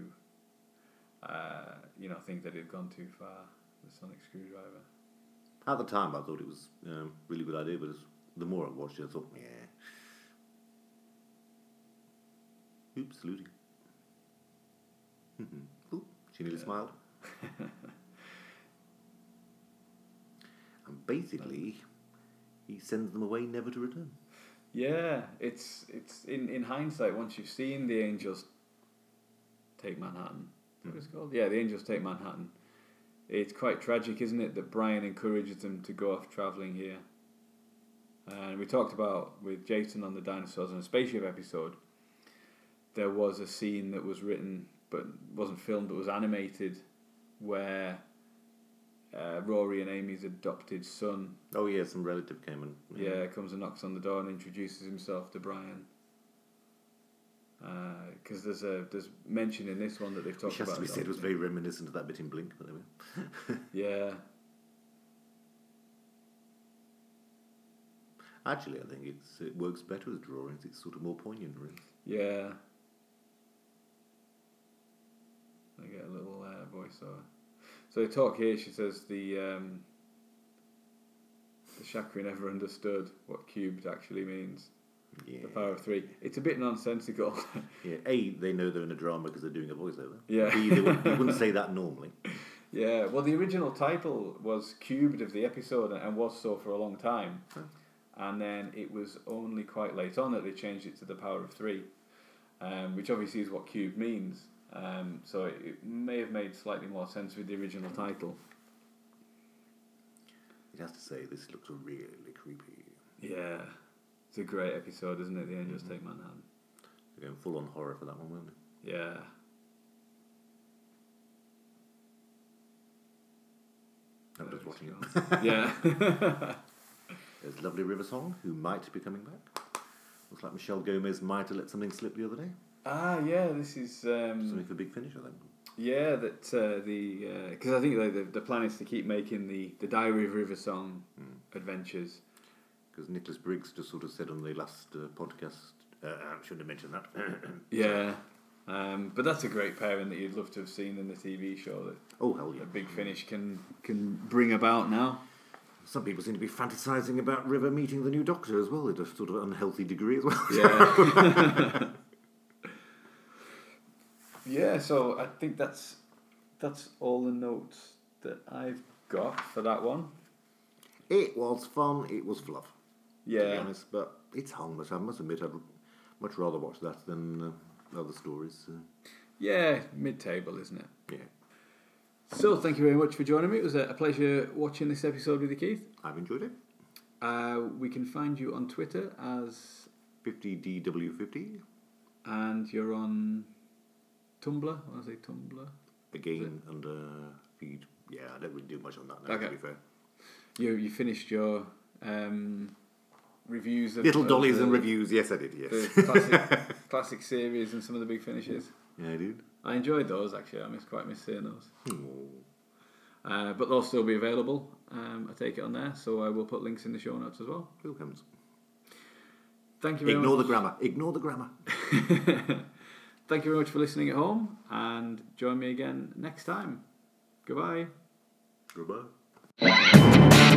Speaker 3: uh, you know, think that they've gone too far with Sonic Screwdriver.
Speaker 4: at the time, I thought it was um, really good idea, but as, the more I watched it, I thought, yeah, oops, saluting. Mm-hmm. Ooh, she nearly
Speaker 3: *laughs*
Speaker 4: smiled. and basically, he sends them away, never to return.
Speaker 3: Yeah, it's it's in in hindsight. Once you've seen the Angels take Manhattan, is that what it's called? Yeah, the Angels take Manhattan. It's quite tragic, isn't it, that Brian encourages them to go off traveling here. And we talked about with Jason on the dinosaurs and a spaceship episode. There was a scene that was written but wasn't filmed, but was animated, where uh, Rory and Amy's adopted son
Speaker 4: Oh yeah, some relative came and
Speaker 3: yeah, comes and knocks on the door and introduces himself to Brian. Because there's a there's mention in this one that they've talked
Speaker 4: Which has
Speaker 3: about.
Speaker 4: to be
Speaker 3: it
Speaker 4: said was
Speaker 3: often.
Speaker 4: very reminiscent of that bit in Blink, by the way.
Speaker 3: yeah,
Speaker 4: Actually, I think it's, it works better as drawings. It's sort of more poignant, really.
Speaker 3: yeah. I get a little uh, voiceover. So they talk here. She says the um, the chakra never understood what cubed actually means.
Speaker 4: Yeah.
Speaker 3: The power of three. It's a bit nonsensical. *laughs*
Speaker 4: yeah. A, they know they're in a drama because they're doing a voiceover.
Speaker 3: Yeah.
Speaker 4: B, they wouldn't, they wouldn't
Speaker 3: *laughs*
Speaker 4: say that normally.
Speaker 3: Yeah, well, the original title was Cubed of the episode and was so for a long time. And then it was only quite late on that they changed it to the power of three, um, which obviously is what cube means. Um, so it, it may have made slightly more sense with the original title.
Speaker 4: It has to say, this looks really creepy.
Speaker 3: Yeah. It's a great episode, isn't it? The Angels
Speaker 4: Mm-hmm.
Speaker 3: Take Manhattan.
Speaker 4: They're going full on horror for that one, weren't they?
Speaker 3: Yeah.
Speaker 4: I'm just watching it.
Speaker 3: yeah. *laughs*
Speaker 4: There's lovely River Song, who might be coming back. Looks like Michelle Gomez might have let something slip the other day.
Speaker 3: ah, yeah, this is. Um,
Speaker 4: Something for Big Finish, I think.
Speaker 3: Yeah, that uh, the because I think the, the the plan is to keep making the the Diary of River Song adventures.
Speaker 4: Because Nicholas Briggs just sort of said on the last uh, podcast, uh, I shouldn't have mentioned that. *coughs*
Speaker 3: Yeah, um, but that's a great pairing that you'd love to have seen in the TV show that,
Speaker 4: oh, hell yeah.
Speaker 3: that Big Finish can can bring about now.
Speaker 4: Some people seem to be fantasizing about River meeting the new Doctor as well, at a sort of unhealthy degree as well. *laughs*
Speaker 3: Yeah. *laughs* yeah. So I think that's that's all the notes that I've got for that one.
Speaker 4: It was fun, it was fluff, to be
Speaker 3: Yeah.
Speaker 4: honest, but it's harmless. I must admit, I'd much rather watch that than uh, other stories. So,
Speaker 3: Yeah, mid table, isn't it?
Speaker 4: yeah,
Speaker 3: So, thank you very much for joining me. It was a a pleasure watching this episode with you, Keith.
Speaker 4: I've enjoyed it.
Speaker 3: Uh, we can find you on Twitter as,
Speaker 4: 50DW50.
Speaker 3: and you're on Tumblr. I want to say Tumblr.
Speaker 4: Again, under feed. Yeah, I don't really do much on that now,
Speaker 3: Okay.
Speaker 4: to be fair.
Speaker 3: You you finished your um, reviews of
Speaker 4: Little
Speaker 3: of
Speaker 4: dollies
Speaker 3: the-
Speaker 4: and reviews. Yes, I did, yes.
Speaker 3: The classic, classic series and some of the big finishes.
Speaker 4: yeah, I did.
Speaker 3: I enjoyed those actually. I miss quite miss seeing those.
Speaker 4: Oh.
Speaker 3: Uh, but they'll still be available. Um, I take it on there, so I will put links in the show notes as well.
Speaker 4: Who comes?
Speaker 3: Thank you. Very
Speaker 4: Ignore the
Speaker 3: much.
Speaker 4: grammar. Ignore the grammar.
Speaker 3: Thank you very much for listening at home, and join me again next time. Goodbye.
Speaker 4: Goodbye.